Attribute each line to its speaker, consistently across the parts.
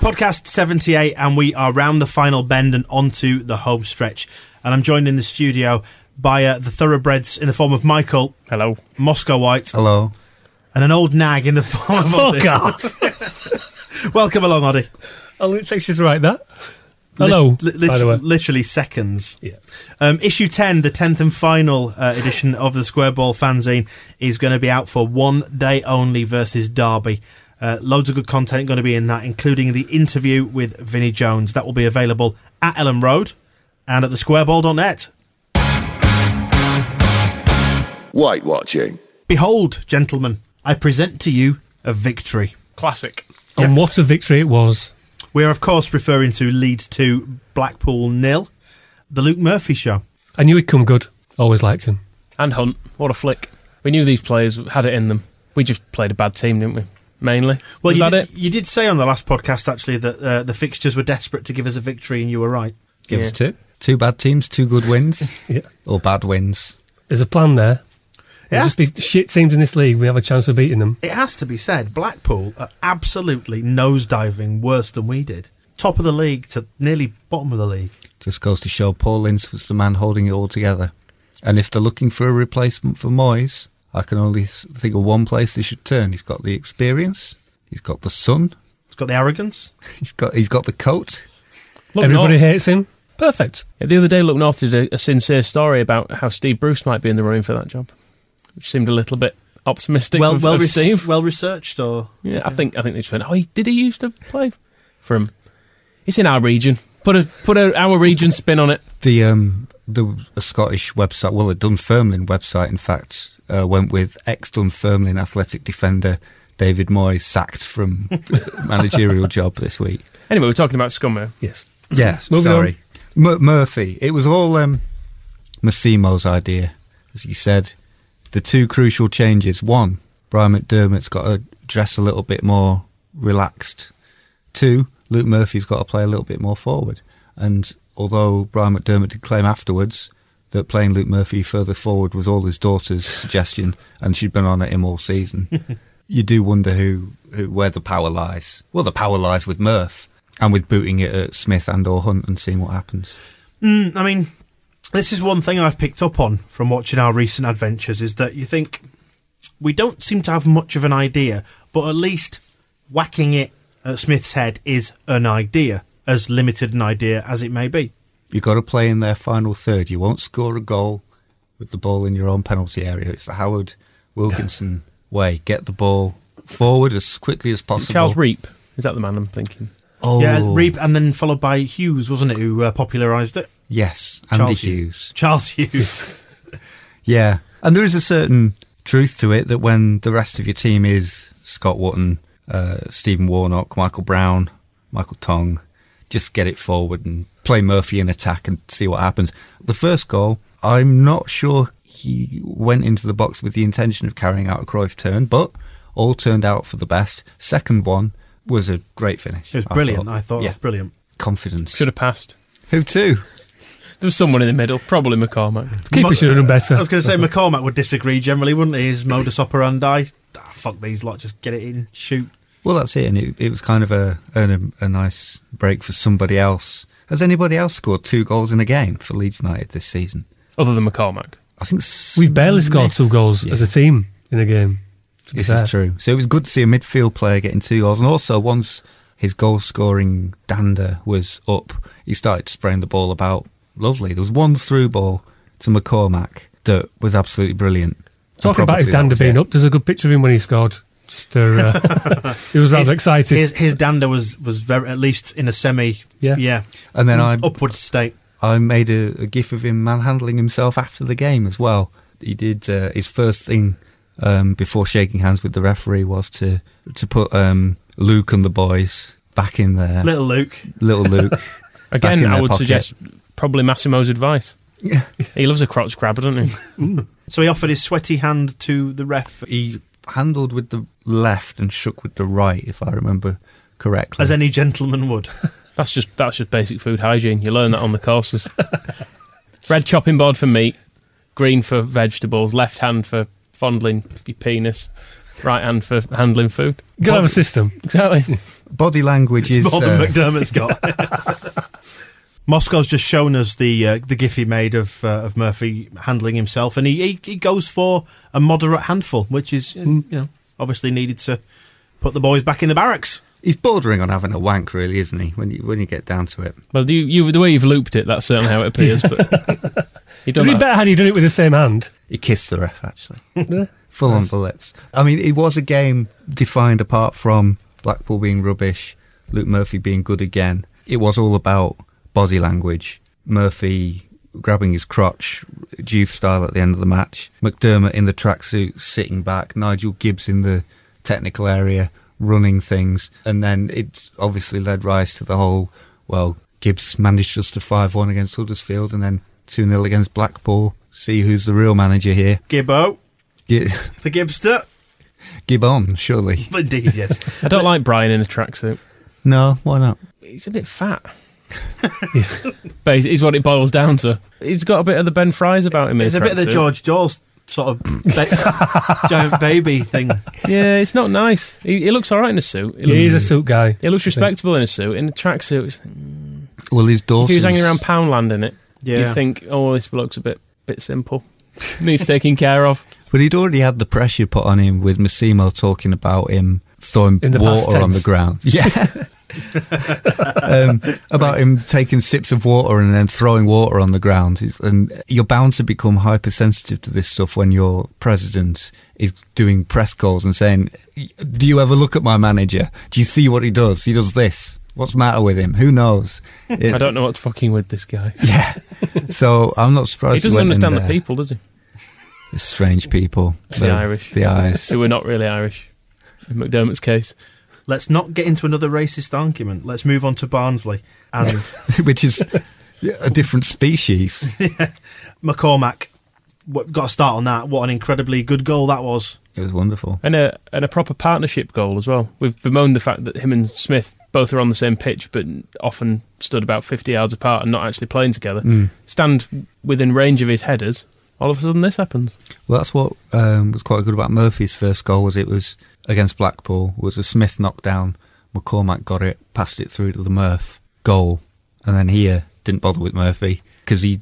Speaker 1: Podcast 78, and we are round the final bend and onto the home stretch. And I'm joined in the studio by uh, the thoroughbreds in the form of Michael. Hello. Moscow White. Hello. And an old nag in the form of Oddie.
Speaker 2: Fuck off.
Speaker 1: Welcome along, Oddie.
Speaker 2: Oh, it takes you to write that. Hello,
Speaker 1: Lit- lit-
Speaker 2: by the way.
Speaker 1: Literally seconds.
Speaker 2: Yeah.
Speaker 1: Um, issue 10, the 10th and final uh, edition of the Square Ball fanzine, is going to be out for one day only versus Derby. Uh, loads of good content going to be in that, including the interview with Vinnie Jones. That will be available at Ellen Road and at thesquareball.net.
Speaker 3: White watching.
Speaker 1: Behold, gentlemen, I present to you a victory.
Speaker 4: Classic.
Speaker 2: And what a victory it was.
Speaker 1: We are, of course, referring to Leeds 2, Blackpool nil, the Luke Murphy show.
Speaker 2: I knew he'd come good. Always liked him.
Speaker 4: And Hunt. What a flick. We knew these players had it in them. We just played a bad team, didn't we? Mainly.
Speaker 1: Well,
Speaker 4: Was
Speaker 1: you
Speaker 4: that
Speaker 1: did,
Speaker 4: it?
Speaker 1: you did say on the last podcast actually that uh, the fixtures were desperate to give us a victory, and you were right.
Speaker 5: Give
Speaker 4: Yeah.
Speaker 5: us two. Two bad teams, two good wins,
Speaker 2: Yeah.
Speaker 5: or bad wins.
Speaker 2: There's a plan there.
Speaker 1: Yeah.
Speaker 2: There'll just be shit teams in this league. We have a chance of beating them.
Speaker 1: It has to be said, Blackpool are absolutely nosediving worse than we did. Top of the league to nearly bottom of the league.
Speaker 5: Just goes to show Paul Ince was the man holding it all together. And if they're looking for a replacement for Moyes, I can only s- think of one place they should turn. He's got the experience. He's got the sun.
Speaker 1: It's got the arrogance.
Speaker 5: He's got he's got the coat.
Speaker 4: Look,
Speaker 2: Everybody
Speaker 4: North-
Speaker 2: hates him. Perfect.
Speaker 4: Yeah, the other day, Look North did a, a sincere story about how Steve Bruce might be in the running for that job, which seemed a little bit optimistic.
Speaker 1: well,
Speaker 4: of,
Speaker 1: well,
Speaker 4: of
Speaker 1: re-
Speaker 4: Steve.
Speaker 1: well researched. Or
Speaker 4: yeah, I think I think they just went. Oh, he, did he used to play for him? It's in our region. Put a put a our region spin on it.
Speaker 5: The um the Scottish website, well, the Dunfermline website, in fact, uh, went with ex Dunfermline athletic defender David Moyes sacked from managerial job this week.
Speaker 4: Anyway, we're talking about Scummer.
Speaker 2: Yes.
Speaker 5: Yeah,
Speaker 2: Moving
Speaker 5: sorry. M- Murphy. It was all um, Massimo's idea, as he said. The two crucial changes. One, Brian McDermott's got to dress a little bit more relaxed. Two, Luke Murphy's got to play a little bit more forward. And although Brian McDermott did claim afterwards that playing Luke Murphy further forward was all his daughter's suggestion and she'd been on at him all season, you do wonder who, who where the power lies. Well, the power lies with Murph and with booting it at Smith and or Hunt and seeing what happens.
Speaker 1: Mm, I mean, this is one thing I've picked up on from watching our recent adventures is that you think we don't seem to have much of an idea, but at least whacking it at Smith's head is an idea, as limited an idea as it may be.
Speaker 5: You've got to play in their final third. You won't score a goal with the ball in your own penalty area. It's the Howard Wilkinson way. Get the ball forward as quickly as possible.
Speaker 4: Charles Reap is that the man I'm thinking?
Speaker 5: Oh,
Speaker 1: Yeah, Reap, and then followed by Hughes, wasn't it, who uh, popularised it?
Speaker 5: Yes, Andy
Speaker 1: Charles
Speaker 5: Hughes.
Speaker 1: Charles Hughes.
Speaker 5: Yeah, and there is a certain truth to it that when the rest of your team is Scott Wotton, uh, Stephen Warnock, Michael Brown, Michael Tong, just get it forward and play Murphy in attack and see what happens. The first goal, I'm not sure he went into the box with the intention of carrying out a Cruyff turn, but All turned out for the best. Second one was a great finish.
Speaker 1: It was
Speaker 5: I
Speaker 1: brilliant. I thought it
Speaker 5: Yeah,
Speaker 1: was brilliant.
Speaker 5: confidence.
Speaker 4: Should have passed.
Speaker 5: Who too?
Speaker 4: There was someone in the middle, probably McCormack.
Speaker 2: Keeper should have done better.
Speaker 1: I was going to say McCormack would disagree generally, wouldn't he? His modus operandi. Ah, fuck these lot. Just get it in. Shoot.
Speaker 5: Well, that's it, and it, it was kind of a, an- a nice break for somebody else. Has anybody else scored two goals in a game for Leeds United this season?
Speaker 4: Other than McCormack.
Speaker 5: I think
Speaker 2: We've barely scored
Speaker 5: Smith-
Speaker 2: two goals
Speaker 5: Yeah.
Speaker 2: as a team in a game. To be
Speaker 5: This
Speaker 2: fair.
Speaker 5: is true. So it was good to see a midfield player getting two goals, and also once his goal scoring dander was up, he started spraying the ball about. Lovely. There was one through ball to McCormack that was absolutely brilliant.
Speaker 2: Talking
Speaker 5: And
Speaker 2: about his
Speaker 5: probably
Speaker 2: dander
Speaker 5: that was
Speaker 2: being
Speaker 5: it.
Speaker 2: up, there's a good picture of him when he scored. Just to, uh, he was rather excited.
Speaker 1: His, his dander was was very at least in a semi.
Speaker 2: Yeah.
Speaker 1: Yeah.
Speaker 5: and then I
Speaker 1: upward state.
Speaker 5: I made a, a gif of him manhandling himself after the game as well. He did uh, his first thing um, before shaking hands with the referee was to to put um, Luke and the boys back in there.
Speaker 1: Little Luke.
Speaker 5: Little Luke. back
Speaker 4: Again,
Speaker 5: in
Speaker 4: I
Speaker 5: their
Speaker 4: would
Speaker 5: pocket.
Speaker 4: suggest probably Massimo's advice.
Speaker 5: Yeah.
Speaker 4: He loves a crotch grabber, doesn't he?
Speaker 1: So he offered his sweaty hand to the ref,
Speaker 5: He handled with the left and shook with the right, if I remember correctly.
Speaker 1: as any gentleman would.
Speaker 4: That's just that's just basic food hygiene. You learn that on the courses. Red chopping board for meat, green for vegetables, left hand for fondling your penis, right hand for handling food.
Speaker 2: Gotta have a system.
Speaker 4: Exactly.
Speaker 5: Body language is
Speaker 1: More than
Speaker 5: uh,
Speaker 1: McDermott's got. Moscow's just shown us the uh, the gif he made of uh, of Murphy handling himself, and he, he he goes for a moderate handful, which is uh,
Speaker 2: Mm.
Speaker 1: you know obviously needed to put the boys back in the barracks.
Speaker 5: he's bordering on having a wank, really, isn't he? When you when you get down to it,
Speaker 4: Well, you, you, the way you've looped it, that's certainly how it appears. But you
Speaker 2: It'd
Speaker 4: don't.
Speaker 2: be better had he done it with the same hand.
Speaker 5: he kissed the ref actually. full on the lips. I mean, it was a game defined apart from Blackpool being rubbish, Luke Murphy being good again. It was all about body language. Murphy grabbing his crotch, Juve style at the end of the match. McDermott in the tracksuit, sitting back. Nigel Gibbs in the technical area, running things. And then it obviously led rise to the whole, well, Gibbs managed us to 5 1 against Huddersfield and then 2 0 against Blackpool. See who's the real manager here.
Speaker 1: Gibbo,
Speaker 5: Gi-
Speaker 1: the Gibster,
Speaker 5: Gibbon, surely.
Speaker 1: indeed, yes.
Speaker 4: I don't like Brian in a tracksuit.
Speaker 5: No, why not?
Speaker 4: He's a bit fat. but he's, he's what it boils down to. He's got a bit of the Ben Fry's about him. in
Speaker 1: It's a bit of the
Speaker 4: tracksuit.
Speaker 1: George Dawes sort of ba- giant baby thing.
Speaker 4: Yeah, it's not nice. He, he looks all right in a suit. He looks,
Speaker 2: He is a
Speaker 5: mm.
Speaker 2: suit guy.
Speaker 4: he looks respectable in a suit. In a tracksuit, it's-
Speaker 5: Well, his
Speaker 4: if
Speaker 5: daughter.
Speaker 4: he was hanging around Poundland in it,
Speaker 1: Yeah.
Speaker 4: you'd think, oh, this bloke's a bit bit simple. Needs taking care of.
Speaker 5: But he'd already had the pressure put on him with Massimo talking about him throwing
Speaker 2: In the past
Speaker 5: water on the
Speaker 2: tense.
Speaker 5: ground. Yeah. um, about him taking sips of water and then throwing water on the ground. He's- And you're bound to become hypersensitive to this stuff when your president is doing press calls and saying, Do you ever look at my manager? Do you see what he does? He does this. What's the matter with him? Who knows? It-
Speaker 4: I don't know what's fucking with this guy.
Speaker 5: Yeah. So I'm not surprised.
Speaker 4: He doesn't
Speaker 5: went in
Speaker 4: understand the
Speaker 5: there.
Speaker 4: people, does he?
Speaker 5: The strange people.
Speaker 4: The Irish.
Speaker 5: The Irish.
Speaker 4: Who were not really Irish. In McDermott's case,
Speaker 1: Let's not get into another racist argument. Let's move on to Barnsley and.
Speaker 5: Which is a different species.
Speaker 1: McCormack. What, got to start on that. What an incredibly good goal that was.
Speaker 5: It was wonderful.
Speaker 4: and a and a proper partnership goal as well. We've bemoaned the fact that him and Smith both are on the same pitch, but often stood about fifty yards apart and not actually playing together. Stand within range of his headers. All of a sudden, this happens.
Speaker 5: Well, that's what um, was quite good about Murphy's first goal was it was against Blackpool was a Smith knockdown. McCormack got it, passed it through to the Murph goal, and then here didn't bother with Murphy because he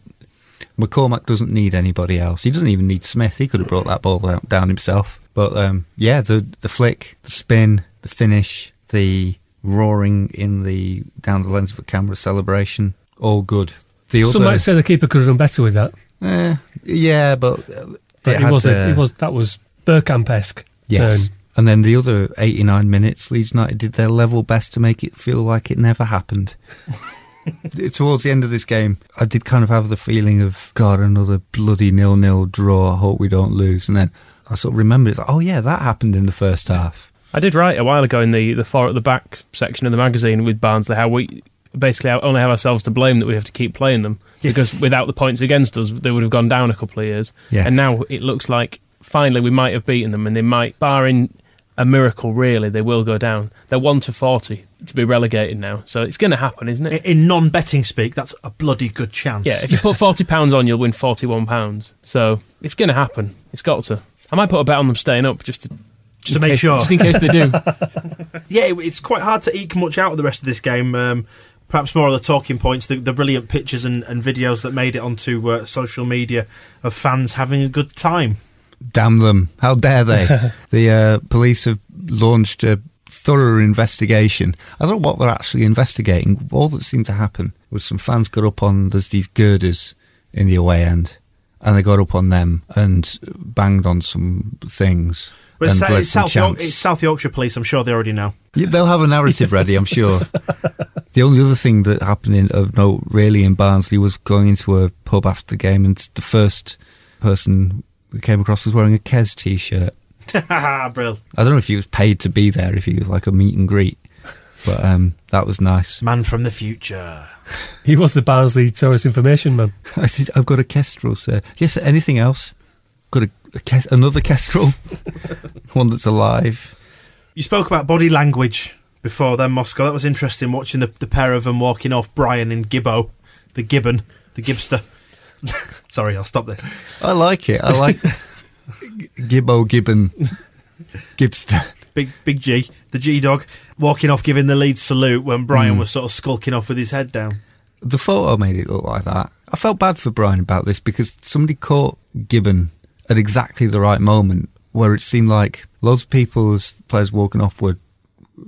Speaker 5: McCormack doesn't need anybody else. He doesn't even need Smith. He could have brought that ball down, down himself. But um, yeah, the the flick, the spin, the finish, the roaring in the down the lens of a camera celebration, all good. The
Speaker 2: Some
Speaker 5: other,
Speaker 2: might say the keeper could have done better with that.
Speaker 5: eh, yeah, but, uh,
Speaker 2: But it,
Speaker 5: had,
Speaker 2: was a,
Speaker 5: uh,
Speaker 2: it was that was Burkamp esque
Speaker 5: Yes.
Speaker 2: turn.
Speaker 5: And then the other 89 minutes, Leeds United did their level best to make it feel like it never happened. Towards the end of this game, I did kind of have the feeling of, God, another bloody nil nil draw. I hope we don't lose. And then I sort of remembered, it's like, oh, yeah, that happened in the first half.
Speaker 4: I did write a while ago in the, the four at the back section of the magazine with Barnsley how we basically only have ourselves to blame that we have to keep playing them because without the points against us they would have gone down a couple of years
Speaker 5: Yes.
Speaker 4: and now it looks like finally we might have beaten them and they might barring a miracle, really, they will go down. They're one to forty to be relegated now, so it's going to happen, isn't
Speaker 1: In-
Speaker 4: it?
Speaker 1: In non-betting speak, that's a bloody good chance.
Speaker 4: Yeah, if you put forty pounds on, you'll win forty-one pounds. So it's going to happen. It's got to. I might put a bet on them staying up just to
Speaker 1: just to
Speaker 4: in
Speaker 1: make
Speaker 4: case-
Speaker 1: sure.
Speaker 4: just in case they do.
Speaker 1: yeah, it- it's quite hard to eke much out of the rest of this game. Um, perhaps more of the talking points, the, the brilliant pictures and, and videos that made it onto uh, social media of fans having a good time.
Speaker 5: Damn them. How dare they? the uh, police have launched a thorough investigation. I don't know what they're actually investigating. All that seemed to happen was some fans got up on, there's these girders in the away end, and they got up on them and banged on some things.
Speaker 1: But it's,
Speaker 5: and
Speaker 1: Sa-
Speaker 5: bled
Speaker 1: it's
Speaker 5: some
Speaker 1: South York,
Speaker 5: chants.
Speaker 1: it's South Yorkshire Police. I'm sure they already know.
Speaker 5: Yeah, They'll have a narrative ready, I'm sure. the only other thing that happened in, of note, really, in Barnsley was going into a pub after the game, and the first person we came across was wearing a Kes t shirt.
Speaker 1: Brill.
Speaker 5: I don't know if he was paid to be there, if he was like a meet and greet, but um, that was nice.
Speaker 1: Man from the future.
Speaker 2: He was the Barnsley Tourist Information Man.
Speaker 5: I said, I've got a Kestrel, sir. Yes, sir, anything else? Got a, a Kes- another Kestrel, one that's alive.
Speaker 1: You spoke about body language before then, Moscow. That was interesting watching the, the pair of them walking off Brian and Gibbo, the Gibbon, the Gibster. Sorry, I'll stop there.
Speaker 5: I like it. I like Gibbo Gibbon Gibster.
Speaker 1: Big Big G, the G dog, walking off giving the lead salute when Brian was sort of skulking off with his head down.
Speaker 5: the photo made it look like that. I felt bad for Brian about this because somebody caught Gibbon at exactly the right moment where it seemed like loads of people, as players walking off, were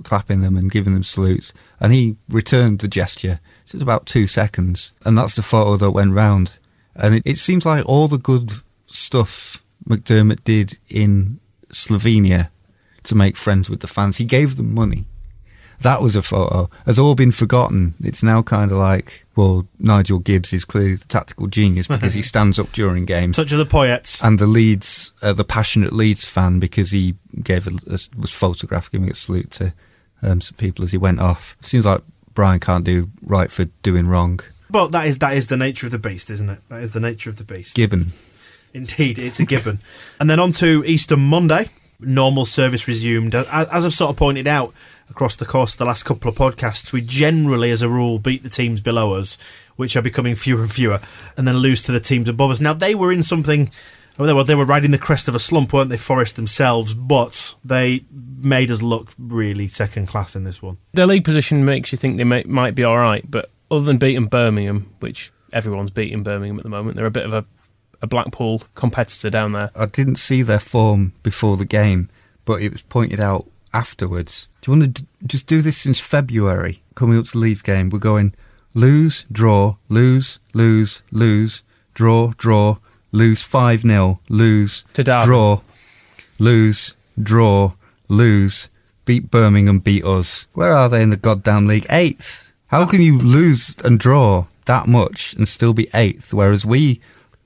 Speaker 5: clapping them and giving them salutes. And he returned the gesture. So it's about two seconds. And that's the photo that went round. And it, it seems like all the good stuff McDermott did in Slovenia to make friends with the fans, he gave them money that was a photo has all been forgotten. It's now kind of like, well, Nigel Gibbs is clearly the tactical genius because he stands up during games.
Speaker 1: Touch of the Poyets.
Speaker 5: And the Leeds, uh, the passionate Leeds fan, because he gave a, a- was photographed giving a salute to um, some people as he went off. Seems like Brian can't do right for doing wrong.
Speaker 1: But that is that is the nature of the beast, isn't it? That is the nature of the beast.
Speaker 5: Gibbon,
Speaker 1: Indeed, it's a gibbon. and then on to Easter Monday. Normal service resumed. A- As I've sort of pointed out across the course of the last couple of podcasts, we generally, as a rule, beat the teams below us, which are becoming fewer and fewer, and then lose to the teams above us. Now, they were in something. Well, they were- they were riding the crest of a slump, weren't they, Forest themselves? But they made us look really second class in this one.
Speaker 4: Their league position makes you think they may, might be all right, but other than beating Birmingham, which everyone's beating Birmingham at the moment, they're a bit of a, a Blackpool competitor down there.
Speaker 5: I didn't see their form before the game, but it was pointed out afterwards. Do you want to d- just do this since February? Coming up to the Leeds game, we're going lose, draw, lose, lose, lose, draw, draw, lose 5 0, lose,
Speaker 4: To Derby.
Speaker 5: draw, lose, draw, lose, beat Birmingham, beat us. Where are they in the goddamn league? Eighth. How can you lose and draw that much and still be eighth, whereas we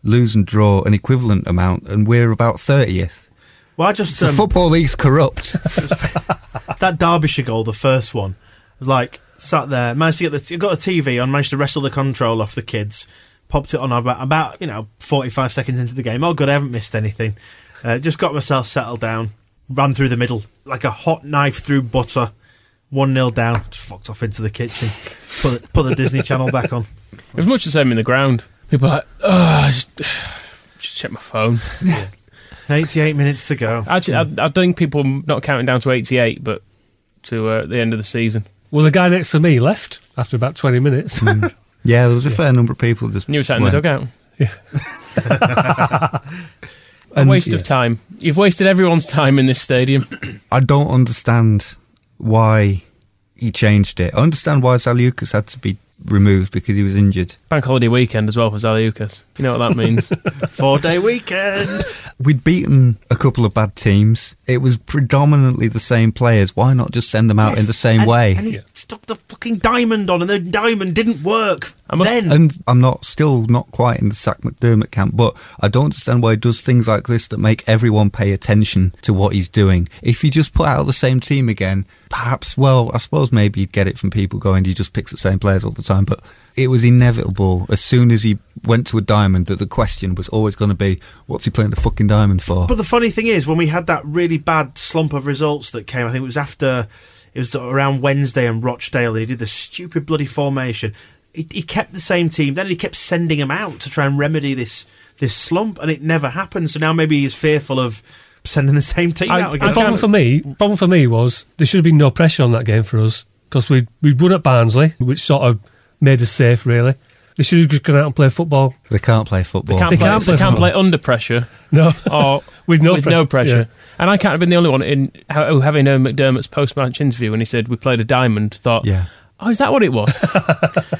Speaker 5: lose and draw an equivalent amount and we're about 30th?
Speaker 1: Well, I just.
Speaker 5: So
Speaker 1: um,
Speaker 5: football league's corrupt.
Speaker 1: that Derbyshire goal, the first one, was like sat there, managed to get the got the TV on, managed to wrestle the control off the kids, popped it on about about you know forty five seconds into the game. Oh, good, I haven't missed anything. Uh, just got myself settled down, ran through the middle like a hot knife through butter. One 0 down, just fucked off into the kitchen. Put the, put the Disney Channel back on.
Speaker 4: It was much the same in the ground. People are like, oh, just, just check my phone.
Speaker 1: Eighty eight minutes to go.
Speaker 4: Actually, I, I think people not counting down to 88, but to uh, the end of the season.
Speaker 2: Well, the guy next to me left after about 20 minutes.
Speaker 4: Hmm.
Speaker 5: yeah, there was a fair number of people just.
Speaker 4: And you were sat in
Speaker 5: went.
Speaker 4: the dugout.
Speaker 5: And-
Speaker 4: Waste of time. You've wasted everyone's time in this stadium.
Speaker 5: I don't understand why he changed it. I understand why Saliukas had to be removed because he was injured.
Speaker 4: Bank holiday weekend as well for Zaliukas. You know what that means.
Speaker 1: Four day weekend.
Speaker 5: We'd beaten a couple of bad teams. It was predominantly the same players. Why not just send them out in the same
Speaker 1: And-
Speaker 5: way?
Speaker 1: And he stuck the fucking diamond on, and the diamond didn't work.
Speaker 4: I must-
Speaker 1: then
Speaker 5: And I'm not still not quite in the Sack McDermott camp, but I don't understand why he does things like this that make everyone pay attention to what he's doing. If you just put out the same team again, perhaps well, I suppose maybe you'd get it from people going, he just picks the same players all the time, but it was inevitable as soon as he went to a diamond that the question was always going to be, what's he playing the fucking diamond for?
Speaker 1: But the funny thing is, when we had that really bad slump of results that came, I think it was after it was around Wednesday and Rochdale, and he did the stupid bloody formation. He, he kept the same team, then he kept sending them out to try and remedy this this slump, and it never happened. So now maybe he's fearful of sending the same team
Speaker 2: I,
Speaker 1: out again.
Speaker 2: I- problem for me, problem for me was there should have been no pressure on that game for us because we we won at Barnsley, which sort of made us safe. Really, they should have just gone out and played football.
Speaker 5: they can't play football.
Speaker 2: They
Speaker 4: play,
Speaker 2: can't play
Speaker 4: they can't
Speaker 2: football.
Speaker 4: play under pressure
Speaker 2: No,
Speaker 4: or
Speaker 2: With no pressure, yeah.
Speaker 4: And I can't have been the only one in who having a McDermott's post-match interview when he said we played a diamond. Thought,
Speaker 5: Yeah.
Speaker 4: oh, is that what it was?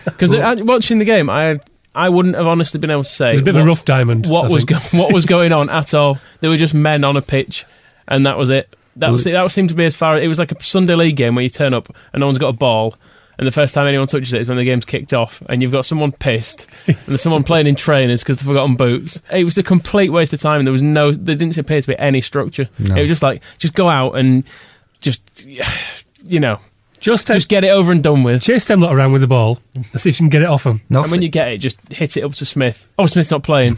Speaker 4: Because watching the game, I I wouldn't have honestly been able to say.
Speaker 2: it was a bit
Speaker 4: what,
Speaker 2: of a rough diamond.
Speaker 4: What
Speaker 2: I
Speaker 4: was
Speaker 2: think.
Speaker 4: go- what was going on at all? There were just men on a pitch, and that was it. That was it. That seemed to be as far. It was like a Sunday league game where you turn up and no one's got a ball. And the first time anyone touches it is when the game's kicked off, and you've got someone pissed, and there's someone playing in trainers because they've forgotten boots. It was a complete waste of time. There was no, there didn't appear to be any structure. It was just like, just go out and just, you know,
Speaker 2: just,
Speaker 4: just get it over and done with.
Speaker 2: chase them lot around with the ball and see if you can get it off them.
Speaker 5: Nothing.
Speaker 4: And when you get it, just hit it up to Smith. Oh, Smith's not playing.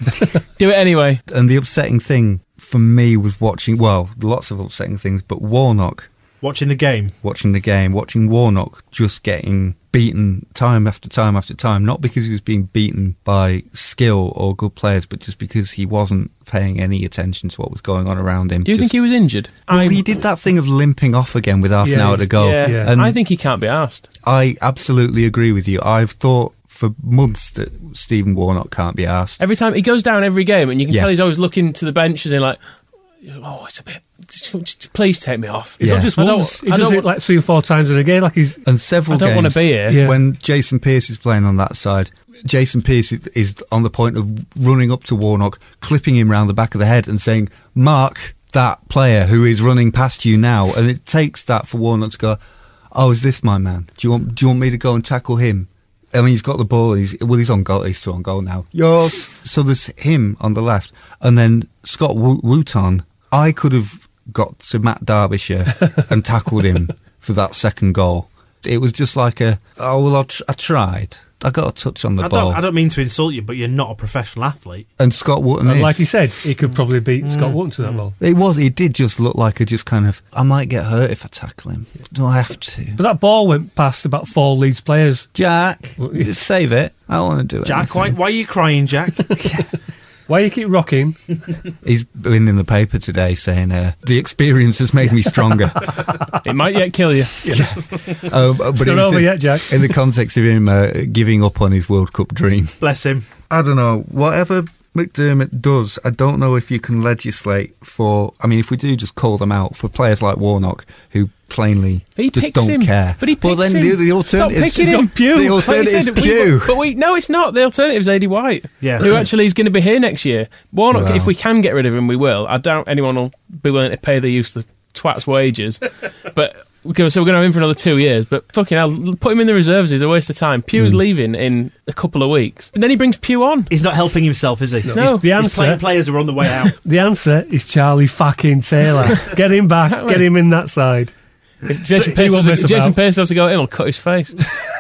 Speaker 4: Do it anyway.
Speaker 5: and the upsetting thing for me was watching, well, lots of upsetting things, but Warnock
Speaker 1: Watching the game,
Speaker 5: watching the game, watching Warnock just getting beaten time after time after time, not because he was being beaten by skill or good players, but just because he wasn't paying any attention to what was going on around him.
Speaker 4: Do you
Speaker 5: Just-
Speaker 4: think he was injured?
Speaker 5: Well, he did that thing of limping off again with half an
Speaker 2: Yeah,
Speaker 5: hour to
Speaker 2: he's-
Speaker 5: go.
Speaker 4: yeah.
Speaker 2: yeah.
Speaker 5: And
Speaker 4: I think he can't be asked.
Speaker 5: I absolutely agree with you. I've thought for months that Stephen Warnock can't be asked.
Speaker 4: Every time he goes down every game, and you can
Speaker 5: Yeah.
Speaker 4: tell he's always looking to the benches and like, oh, it's a bit. just- just Please take me off.
Speaker 2: It's
Speaker 5: Yeah.
Speaker 2: not just
Speaker 4: I don't-
Speaker 2: once. He
Speaker 4: I
Speaker 2: does
Speaker 4: don't
Speaker 2: it
Speaker 4: want-
Speaker 2: like three or four times in a game. Like he's
Speaker 5: and several
Speaker 4: I don't wanna
Speaker 5: games
Speaker 4: be here.
Speaker 2: Yeah.
Speaker 5: when Jason Pierce is playing on that side. Jason Pierce is- is on the point of running up to Warnock, clipping him round the back of the head, and saying, "Mark that player who is running past you now." And it takes that for Warnock to go, "Oh, is this my man? Do you want? Do you want me to go and tackle him?" I mean, he's got the ball. He's well, he's on goal. He's still on goal now. Yours. So there's him on the left, and then Scott Wo- Wooton. I could have got to Matt Derbyshire and tackled him for that second goal. It was just like a oh well, I, tr- I tried. I got a touch on the
Speaker 1: I
Speaker 5: ball,
Speaker 1: don't, I don't mean to insult you, but you're not a professional athlete.
Speaker 5: and Scott Wooton.
Speaker 2: and like
Speaker 5: is.
Speaker 2: he said, he could probably beat
Speaker 4: Hmm.
Speaker 2: Scott Wotton to that ball.
Speaker 5: It was. It did just look like a just kind of. I might get hurt if I tackle him. Do I have to?
Speaker 2: But that ball went past about four Leeds players.
Speaker 5: Jack,
Speaker 2: Well, yeah.
Speaker 5: just save it. I don't want to do it.
Speaker 1: Jack, why, why are you crying, Jack?
Speaker 2: Why you keep rocking?
Speaker 5: He's been in the paper today saying uh, the experience has made me stronger.
Speaker 4: It might yet kill you.
Speaker 5: Um, but
Speaker 2: not
Speaker 5: it was
Speaker 2: over
Speaker 5: in,
Speaker 2: yet, Jack.
Speaker 5: In the context of him uh, giving up on his World Cup dream,
Speaker 1: Bless him.
Speaker 5: I don't know. Whatever McDermott does, I don't know if you can legislate for. I mean, if we do just call them out for players like Warnock, who plainly
Speaker 4: He
Speaker 5: just
Speaker 4: picks
Speaker 5: don't
Speaker 4: him,
Speaker 5: care.
Speaker 4: But he picks
Speaker 5: then
Speaker 4: him.
Speaker 5: the, the
Speaker 4: Stop
Speaker 5: alternative
Speaker 4: picking
Speaker 5: is
Speaker 4: him.
Speaker 5: The
Speaker 4: Like you
Speaker 5: alternative
Speaker 4: said,
Speaker 5: is
Speaker 4: we-
Speaker 5: Pew.
Speaker 4: but we no, it's not. The alternative's AD White.
Speaker 1: Yeah.
Speaker 4: Who actually is going to be here next year? Warnock.
Speaker 5: Wow.
Speaker 4: If we can get rid of him, we will. I doubt anyone will be willing to pay the use of twats wages. but okay, so we're going to have him for another two years. But fucking, hell, put him in the reserves is a waste of time. Pew's leaving in a couple of weeks, and then he brings Pew on.
Speaker 1: He's not helping himself, is he? No.
Speaker 2: The
Speaker 1: He's
Speaker 2: answer-
Speaker 1: playing players who are on the way out.
Speaker 2: The answer is Charlie fucking Taylor. get him back. Get him in that side.
Speaker 4: Jason
Speaker 2: He
Speaker 4: Pierce,
Speaker 2: won't
Speaker 4: has,
Speaker 2: mess
Speaker 4: Jason
Speaker 2: about.
Speaker 4: Pierce has to go in. He'll cut his face.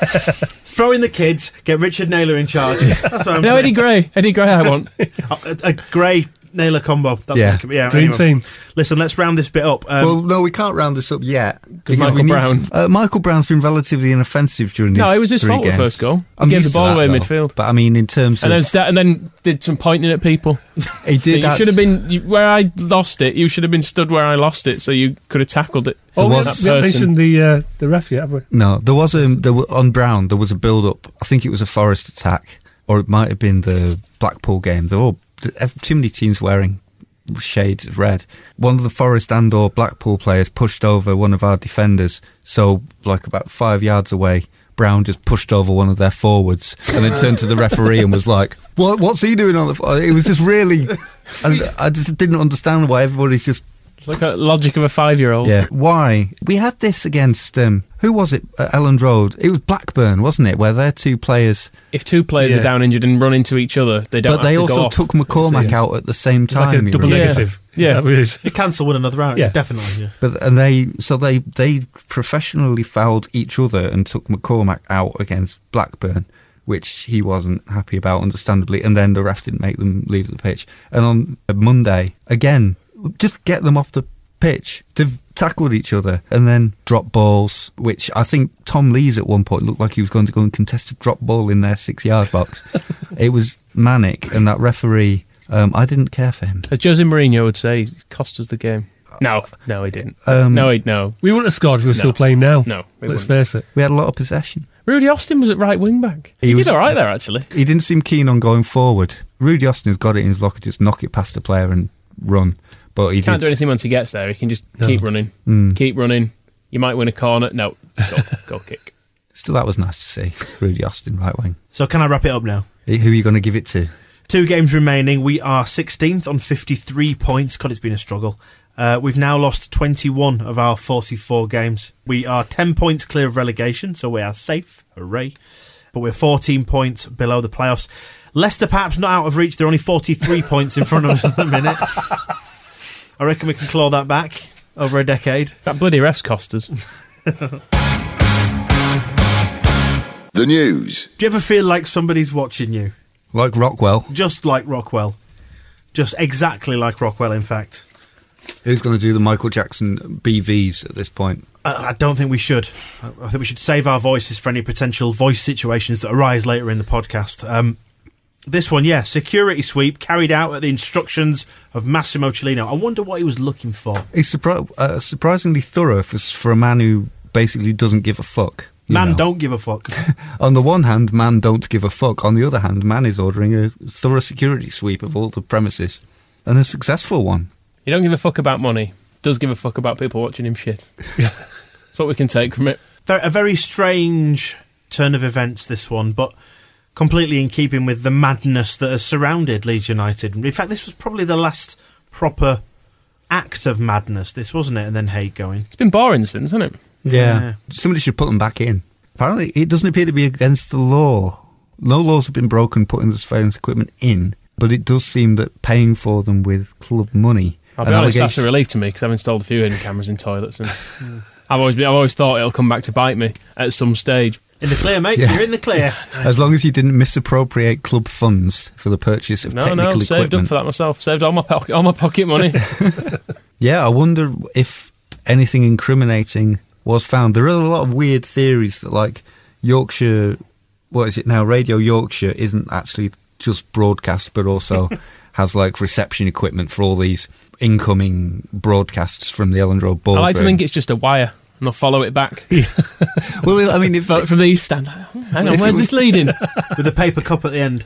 Speaker 1: Throw in the kids, get Richard Naylor in charge. That's what I'm
Speaker 4: no,
Speaker 1: saying.
Speaker 4: Eddie Gray. Eddie Gray. I want.
Speaker 1: A, a grey Naylor combo. That's
Speaker 5: Yeah.
Speaker 1: What it, yeah
Speaker 2: Dream
Speaker 1: anyway.
Speaker 2: team.
Speaker 1: Listen, let's round this bit up. Um,
Speaker 5: well, no, we can't round this up yet. because
Speaker 4: Michael
Speaker 5: we need-
Speaker 4: Brown.
Speaker 5: uh, Michael Brown's been relatively inoffensive during these
Speaker 4: No, it was his
Speaker 5: three
Speaker 4: fault the
Speaker 5: games.
Speaker 4: first goal. He
Speaker 5: I'm
Speaker 4: gave
Speaker 5: used
Speaker 4: the
Speaker 5: to
Speaker 4: ball
Speaker 5: that,
Speaker 4: away
Speaker 5: though.
Speaker 4: midfield.
Speaker 5: But I mean, in terms
Speaker 4: And
Speaker 5: of
Speaker 4: then, sta- and then did some pointing at people.
Speaker 5: he
Speaker 4: So
Speaker 5: did
Speaker 4: you
Speaker 5: that.
Speaker 4: should have been you- where I lost it. You should have been stood where I lost it, so you could have tackled it.
Speaker 2: Oh, we
Speaker 5: was-
Speaker 4: That
Speaker 2: haven't- we haven't
Speaker 4: person.
Speaker 2: mentioned the uh, the ref yet, have we?
Speaker 5: No, there was a there were, on Brown. There was a build up. I think it was a Forest attack, or it might have been the Blackpool game. They're all ev- too many teams wearing shades of red. One of the Forest and or Blackpool players pushed over one of our defenders. So like about five yards away, Brown just pushed over one of their forwards, and then turned to the referee and was like, "What? What's he doing on the?" f-" It was just really. I, I just didn't understand why everybody's just
Speaker 4: It's like a logic of a five-year-old.
Speaker 5: Yeah. Why? We had this against um, who was it? At Elland Road. It was Blackburn, wasn't it? Where their two players,
Speaker 4: If two players
Speaker 2: Yeah.
Speaker 4: are down injured and run into each other, they don't.
Speaker 5: but they
Speaker 4: have to go
Speaker 5: also
Speaker 4: off.
Speaker 5: took
Speaker 2: Yes.
Speaker 5: McCormack out at the same
Speaker 2: It's like a
Speaker 5: time. you
Speaker 2: double
Speaker 5: remember?
Speaker 2: negative.
Speaker 4: Yeah.
Speaker 2: Is that what it is?
Speaker 1: You cancel one another out,
Speaker 2: Yeah.
Speaker 1: definitely. Yeah.
Speaker 5: But and they so they they professionally fouled each other and took McCormack out against Blackburn, which he wasn't happy about, understandably. And then the ref didn't make them leave the pitch. And on uh, Monday again, just get them off the pitch. They've tackled each other and then drop balls, which I think Tom Lees at one point looked like he was going to go and contest a drop ball in their six yard box. it was manic, and that referee. Um, I didn't care for him.
Speaker 4: As Jose Mourinho would say, he cost us the game. No, no, he didn't.
Speaker 5: Um,
Speaker 4: no, he, no.
Speaker 2: We wouldn't have scored if we were still
Speaker 4: No.
Speaker 2: playing now.
Speaker 4: No, we
Speaker 2: Let's
Speaker 4: wouldn't.
Speaker 2: face it.
Speaker 5: We had a lot of possession.
Speaker 4: Rudy Austin was at right wing back.
Speaker 5: He
Speaker 4: He,
Speaker 5: was-
Speaker 4: did all right there, actually.
Speaker 5: he didn't seem keen on going forward. Rudy Austin has got it in his locker, just knock it past the player and run. But he,
Speaker 4: He can't do
Speaker 5: did- Hmm.
Speaker 4: anything once he gets there. He can just
Speaker 2: No.
Speaker 4: keep running, keep running. You might win a corner. No, go, go kick.
Speaker 5: Still, that was nice to see. Rudy Austin, right wing.
Speaker 1: So can I wrap it up now?
Speaker 5: Who are you going to give it to?
Speaker 1: Two games remaining. We are 16th on 53 points. God, it's been a struggle. Uh, we've now lost 21 of our 44 games. We are 10 points clear of relegation, so we are safe. Hooray. But we're 14 points below the playoffs. Leicester perhaps not out of reach. They're only 43 points in front of us at the minute. I reckon we can claw that back over a decade.
Speaker 4: That bloody ref's cost us.
Speaker 3: The news.
Speaker 1: Do you ever feel like somebody's watching you?
Speaker 5: Like Rockwell.
Speaker 1: Just like Rockwell. Just exactly like Rockwell, in fact.
Speaker 5: Who's going to do the Michael Jackson BVs at this point?
Speaker 1: I I don't think we should. I I think we should save our voices for any potential voice situations that arise later in the podcast. Um, this one, yeah, security sweep carried out at the instructions of Massimo Cellino. I wonder what he was looking for.
Speaker 5: He's surpri- uh, surprisingly thorough for, s- for a man who basically doesn't give a fuck. you
Speaker 1: Man,
Speaker 5: know.
Speaker 1: don't give a fuck.
Speaker 5: On the one hand, man don't give a fuck. On the other hand, man is ordering a thorough security sweep of all the premises, and a successful one.
Speaker 4: He don't give a fuck about money. Does give a fuck about people watching him shit. That's what we can take from it.
Speaker 1: Ver- a very strange turn of events, this one, but completely in keeping with the madness that has surrounded Leeds United. In fact, this was probably the last proper act of madness, this wasn't it? And then Hague going.
Speaker 4: It's been boring since, hasn't it?
Speaker 5: Yeah.
Speaker 1: Yeah.
Speaker 5: Somebody should put them back in. Apparently, it doesn't appear to be against the law. No laws have been broken putting the surveillance equipment in, but it does seem that paying for them with club money.
Speaker 4: I'll be
Speaker 5: and
Speaker 4: honest, that's a
Speaker 5: allegation-
Speaker 4: relief to me because I've installed a few hidden cameras in toilets, and I've always been, I've always thought it'll come back to bite me at some stage.
Speaker 1: In the clear, mate.
Speaker 5: Yeah.
Speaker 1: You're in the clear.
Speaker 5: as long as you didn't misappropriate club funds for the purchase of
Speaker 4: No, no,
Speaker 5: technical
Speaker 4: saved up
Speaker 5: equipment.
Speaker 4: for that myself. Saved all my pocket, all my pocket money.
Speaker 5: Yeah, I wonder if anything incriminating was found. There are a lot of weird theories that, like, Yorkshire, what is it now? Radio Yorkshire isn't actually just broadcast, but also has, like, reception equipment for all these incoming broadcasts from the Elland Road board.
Speaker 4: I like to think it's just a wire, and I'll follow it back.
Speaker 5: Well, I mean, if,
Speaker 4: But from the east stand, hang
Speaker 5: If
Speaker 4: on,
Speaker 5: it
Speaker 4: where's
Speaker 5: was-
Speaker 4: this leading?
Speaker 1: with a paper cup at the end.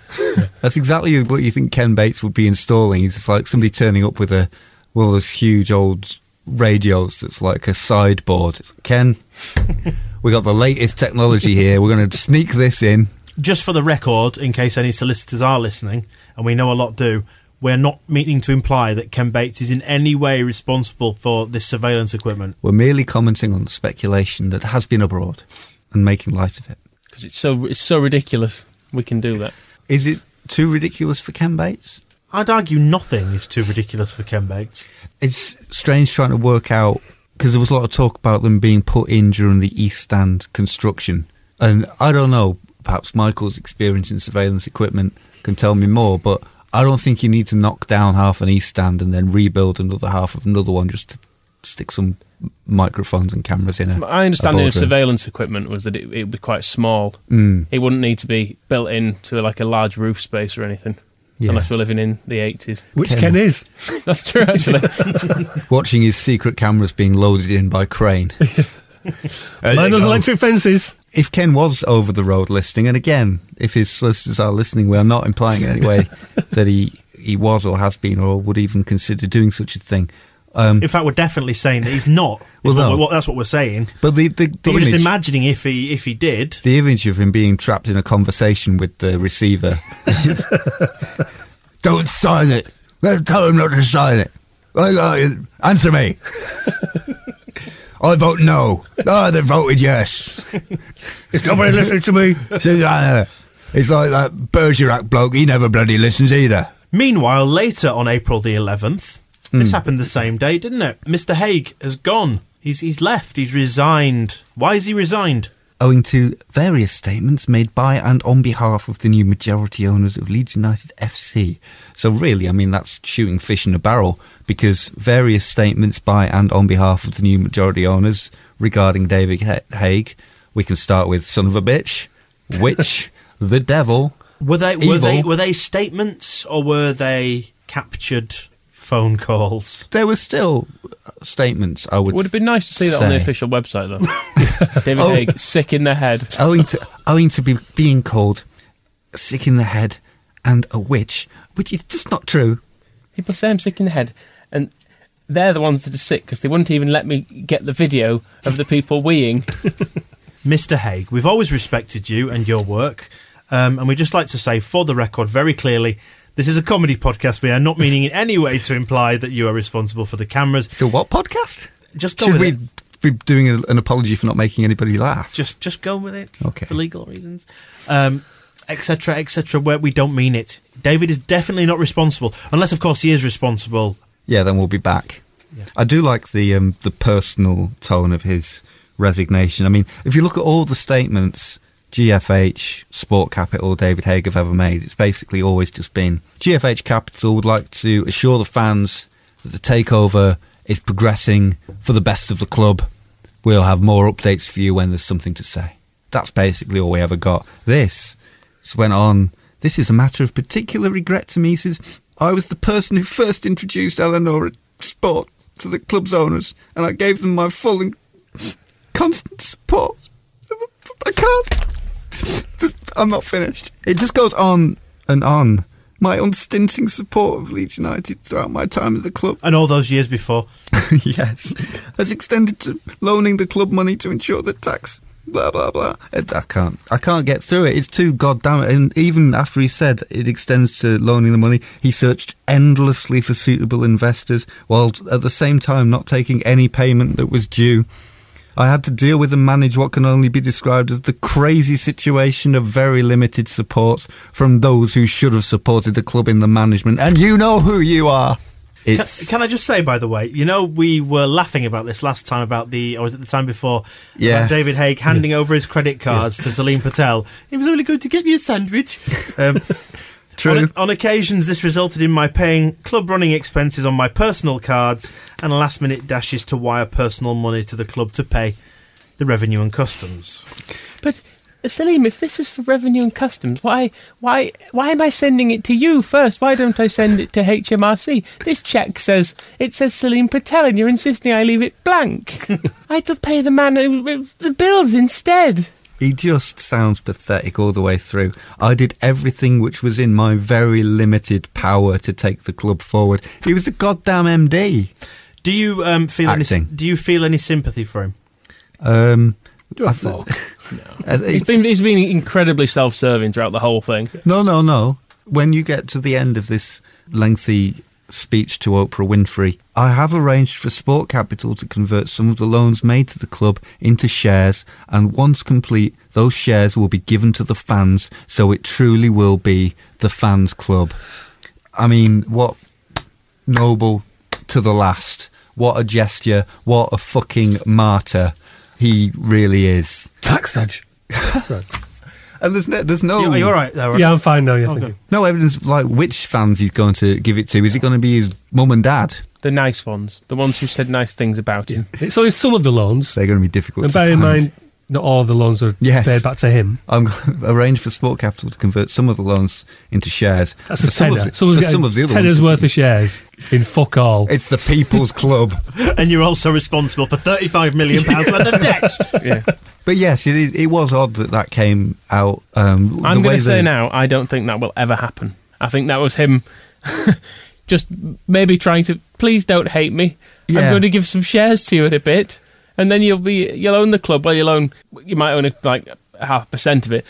Speaker 5: that's exactly what you think Ken Bates would be installing. It's like somebody turning up with a, well, those huge old radios that's like a sideboard. It's, Ken, we got the latest technology here. We're going to sneak this in.
Speaker 1: Just for the record, in case any solicitors are listening, and we know a lot do, we're not meaning to imply that Ken Bates is in any way responsible for this surveillance equipment.
Speaker 5: We're merely commenting on the speculation that has been abroad and making light of it.
Speaker 4: Because it's so it's so ridiculous. We can do that.
Speaker 5: Is it too ridiculous for Ken Bates?
Speaker 1: I'd argue nothing is too ridiculous for Ken Bates.
Speaker 5: It's strange trying to work out because there was a lot of talk about them being put in during the East Stand construction. And I don't know, perhaps Michael's experience in surveillance equipment can tell me more, but I don't think you need to knock down half an East Stand and then rebuild another half of another one just to stick some microphones and cameras in it.
Speaker 4: My understanding of
Speaker 5: surveillance.
Speaker 4: surveillance equipment was that it, it would be quite small.
Speaker 5: Mm.
Speaker 4: It wouldn't need to be built into like a large roof space or anything.
Speaker 5: Yeah.
Speaker 4: Unless we're living in the eighties,
Speaker 2: Which
Speaker 5: Ken.
Speaker 2: Ken, is.
Speaker 4: that's true. Actually,
Speaker 5: watching his secret cameras being loaded in by crane. Uh, oh. There
Speaker 2: Mine
Speaker 5: you
Speaker 2: those
Speaker 5: go.
Speaker 2: electric fences.
Speaker 5: If Ken was over the road listening, and again, if his solicitors are listening, we are not implying in any way that he he was or has been or would even consider doing such a thing.
Speaker 1: In fact, we're definitely saying that he's not.
Speaker 5: Um, Well, no.
Speaker 1: Well, that's what we're saying.
Speaker 5: But the the, the
Speaker 1: But we're
Speaker 5: image,
Speaker 1: just imagining if he if he did.
Speaker 5: the image of him being trapped in a conversation with the receiver. Don't sign it. Let tell him not to sign it.
Speaker 6: Like, uh, answer me. I vote no. No, they voted yes.
Speaker 2: It's nobody listening to me.
Speaker 6: Susanna. It's like that Bergerac bloke. He never bloody listens either.
Speaker 1: Meanwhile, later on April the 11th,
Speaker 5: Hmm.
Speaker 1: this happened the same day, didn't it? Mr. Haig has gone. He's, he's left. He's resigned. Why is he resigned?
Speaker 5: owing to various statements made by and on behalf of the new majority owners of Leeds United FC. So, really, I mean, that's shooting fish in a barrel because various statements by and on behalf of the new majority owners regarding David Ha- Haig, we can start with son of a bitch, witch, the devil.
Speaker 1: Were they were they
Speaker 5: Evil.
Speaker 1: were they statements or were they captured phone calls?
Speaker 5: There were still statements, I would
Speaker 4: Would have been nice to see that on the
Speaker 5: say. Oh.
Speaker 4: official website, though. David Haig, sick in the head.
Speaker 5: owing to owing to be being called sick in the head and a witch, which is just not true.
Speaker 4: People say I'm sick in the head, and they're the ones that are sick because they wouldn't even let me get the video of the people weeing.
Speaker 1: Mr. Haig, we've always respected you and your work, um, and we'd just like to say for the record very clearly. This is a comedy podcast. We are not meaning in any way to imply that you are responsible for the cameras.
Speaker 5: So, what podcast?
Speaker 1: Just go
Speaker 5: Should
Speaker 1: with
Speaker 5: we
Speaker 1: it.
Speaker 5: be doing a, an apology for not making anybody laugh?
Speaker 1: Just just go with it
Speaker 5: Okay.
Speaker 1: for legal reasons, um, etc. etc. Where we don't mean it. David is definitely not responsible, unless of course he is responsible.
Speaker 5: yeah, then we'll be back. I do like the um, the personal tone of his resignation. I mean, if you look at all the statements GFH, Sport Capital, David Haig have ever made, it's basically always just been GFH Capital would like to assure the fans that the takeover is progressing for the best of the club. We'll have more updates for you when there's something to say. That's basically all we ever got. This so went on. This is a matter of particular regret to me since I was the person who first introduced Eleanor at Sport to the club's owners and I gave them my full and constant support. I can't. This- I'm not finished. It just goes on and on. My unstinting support of Leeds United throughout my time at the club
Speaker 1: And all those years before,
Speaker 5: yes, has extended to loaning the club money to ensure that tax. Blah blah blah. I can't. I can't get through it. It's too goddamn. And even after he said it extends to loaning the money, he searched endlessly for suitable investors, while at the same time not taking any payment that was due. I had to deal with and manage what can only be described as the crazy situation of very limited support from those who should have supported the club in the management. And you know who you are.
Speaker 1: Can,
Speaker 5: It's
Speaker 1: can I just say, by the way, you know, we were laughing about this last time about the, or was it the time before?
Speaker 5: Yeah.
Speaker 1: about David Haig handing over his credit cards to Salim Patel. It was only good to get me a sandwich. Um,
Speaker 5: true.
Speaker 1: On, on occasions, this resulted in my paying club running expenses on my personal cards and last minute dashes to wire personal money to the club to pay the revenue and customs.
Speaker 4: But Salim, if this is for revenue and customs, why, why, why am I sending it to you first? Why don't I send it to HMRC? This check says it says Salim Patel, and you're insisting I leave it blank. I had to pay the man who- who- the bills instead.
Speaker 5: He just sounds pathetic all the way through. I did everything which was in my very limited power to take the club forward. He was the goddamn MD.
Speaker 1: Do you um, feel any,
Speaker 5: Acting.
Speaker 1: Do you feel any sympathy for him?
Speaker 5: Um, I th- I th-
Speaker 4: He's been he's been incredibly self-serving throughout the whole thing.
Speaker 5: no, no, no. When you get to the end of this lengthy speech to Oprah Winfrey, I have arranged for Sport Capital to convert some of the loans made to the club into shares, and once complete, those shares will be given to the fans, so it truly will be the fans' club. I mean, what noble to the last. What a gesture. What a fucking martyr he really is.
Speaker 2: Tax dodge.
Speaker 5: And there's no, there's no.
Speaker 1: You- Are you all right there? Aaron?
Speaker 2: Yeah, I'm fine now. Yeah,
Speaker 1: Oh,
Speaker 2: thank
Speaker 1: good.
Speaker 2: you.
Speaker 5: No evidence like which fans he's going to give it to. Is it going to be his mum and dad?
Speaker 4: The nice ones, the ones who said nice things about him.
Speaker 2: It's only some of the loans,
Speaker 5: They're going to be difficult.
Speaker 2: and
Speaker 5: to
Speaker 2: bear in
Speaker 5: find.
Speaker 2: mind, not all the loans are
Speaker 5: Yes.
Speaker 2: paid back to him.
Speaker 5: I'm going to arrange for Sport Capital to convert some of the loans into shares.
Speaker 2: That's
Speaker 5: For
Speaker 2: a tenner.
Speaker 5: Some of
Speaker 2: Someone's
Speaker 5: the, for
Speaker 2: getting
Speaker 5: some of the other
Speaker 2: tenner's
Speaker 5: ones,
Speaker 2: worth of shares in fuck all.
Speaker 5: It's the people's club.
Speaker 1: And you're also responsible for £35 million worth of debt.
Speaker 5: But yes, it, is, it was odd that that came out. Um,
Speaker 4: I'm going
Speaker 5: the way
Speaker 4: to say
Speaker 5: that-
Speaker 4: now, I don't think that will ever happen. I think that was him just maybe trying to, please don't hate me. I'm
Speaker 5: Yeah.
Speaker 4: going to give some shares to you in a bit. And then you'll be, you'll own the club. Well, you'll own, you might own a, like half percent of it.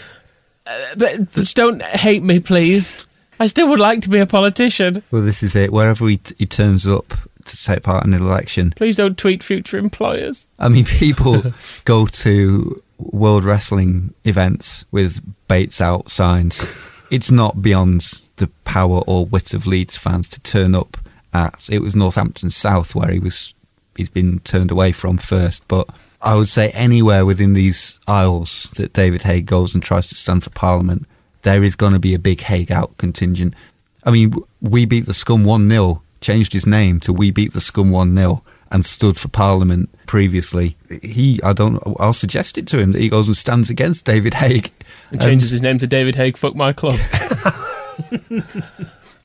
Speaker 4: Uh, but just don't hate me, please. I still would like to be a politician.
Speaker 5: Well, this is it. Wherever he, he turns up to take part in an election.
Speaker 4: Please don't tweet future employers.
Speaker 5: I mean, people go to World Wrestling events with Bates out signs. It's not beyond the power or wit of Leeds fans to turn up at. It was Northampton South where he was. He's been turned away from first, but I would say anywhere within these aisles that David Haig goes and tries to stand for Parliament, there is going to be a big Haig out contingent. I mean, we beat the scum 1 0, changed his name to We Beat the Scum 1 0, and stood for Parliament previously. He, I don't, I'll suggest it to him that he goes and stands against David Haig.
Speaker 4: And changes his name to David Haig. Fuck my club.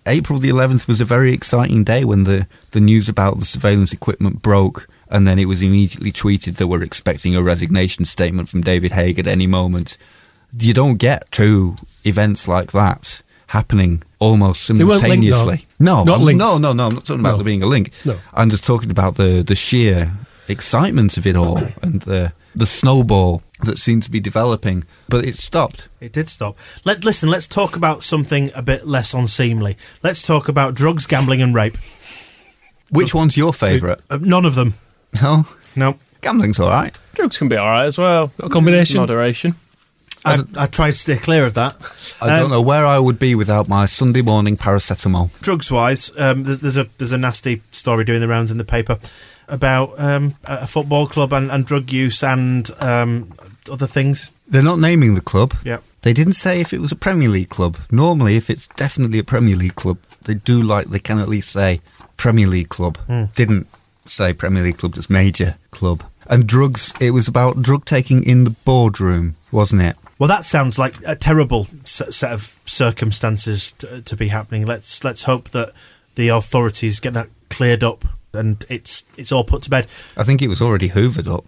Speaker 5: April the 11th was a very exciting day when the, the news about the surveillance equipment broke, and then it was immediately tweeted that we're expecting a resignation statement from David Haig at any moment. You don't get two events like that happening almost
Speaker 2: weren't linked, though.
Speaker 5: simultaneously. no,
Speaker 2: Not
Speaker 5: I'm-
Speaker 2: linked.
Speaker 5: no, no, no. I'm not talking about
Speaker 2: No.
Speaker 5: there being a link.
Speaker 2: No.
Speaker 5: I'm just talking about the the sheer excitement of it all and the the snowball that seemed to be developing, but it stopped.
Speaker 1: It did stop. Let listen. Let's talk about something a bit less unseemly. Let's talk about drugs, gambling, and rape.
Speaker 5: Which one's your favourite?
Speaker 1: Uh, none of them.
Speaker 5: No,
Speaker 1: No,
Speaker 5: gambling's all right.
Speaker 4: Drugs can be all right as well.
Speaker 2: A combination.
Speaker 4: Moderation.
Speaker 1: I, I tried to stay clear of that.
Speaker 5: I
Speaker 1: Um,
Speaker 5: don't know where I would be without my Sunday morning paracetamol.
Speaker 1: drugs wise, um, there's, there's a there's a nasty story doing the rounds in the paper about um, a a football club and, and drug use and um, other things.
Speaker 5: They're not naming the club.
Speaker 1: Yep.
Speaker 5: They didn't say if it was a Premier League club. Normally, if it's definitely a Premier League club, they do like they can at least say Premier League club.
Speaker 1: Hmm.
Speaker 5: Didn't say Premier League club, just major club. And drugs. It was about drug taking in the boardroom, wasn't it?
Speaker 1: Well, that sounds like a terrible set, set of circumstances to, to be happening. Let's let's hope that the authorities get that cleared up and it's it's all put to bed.
Speaker 5: I think it was already hoovered up.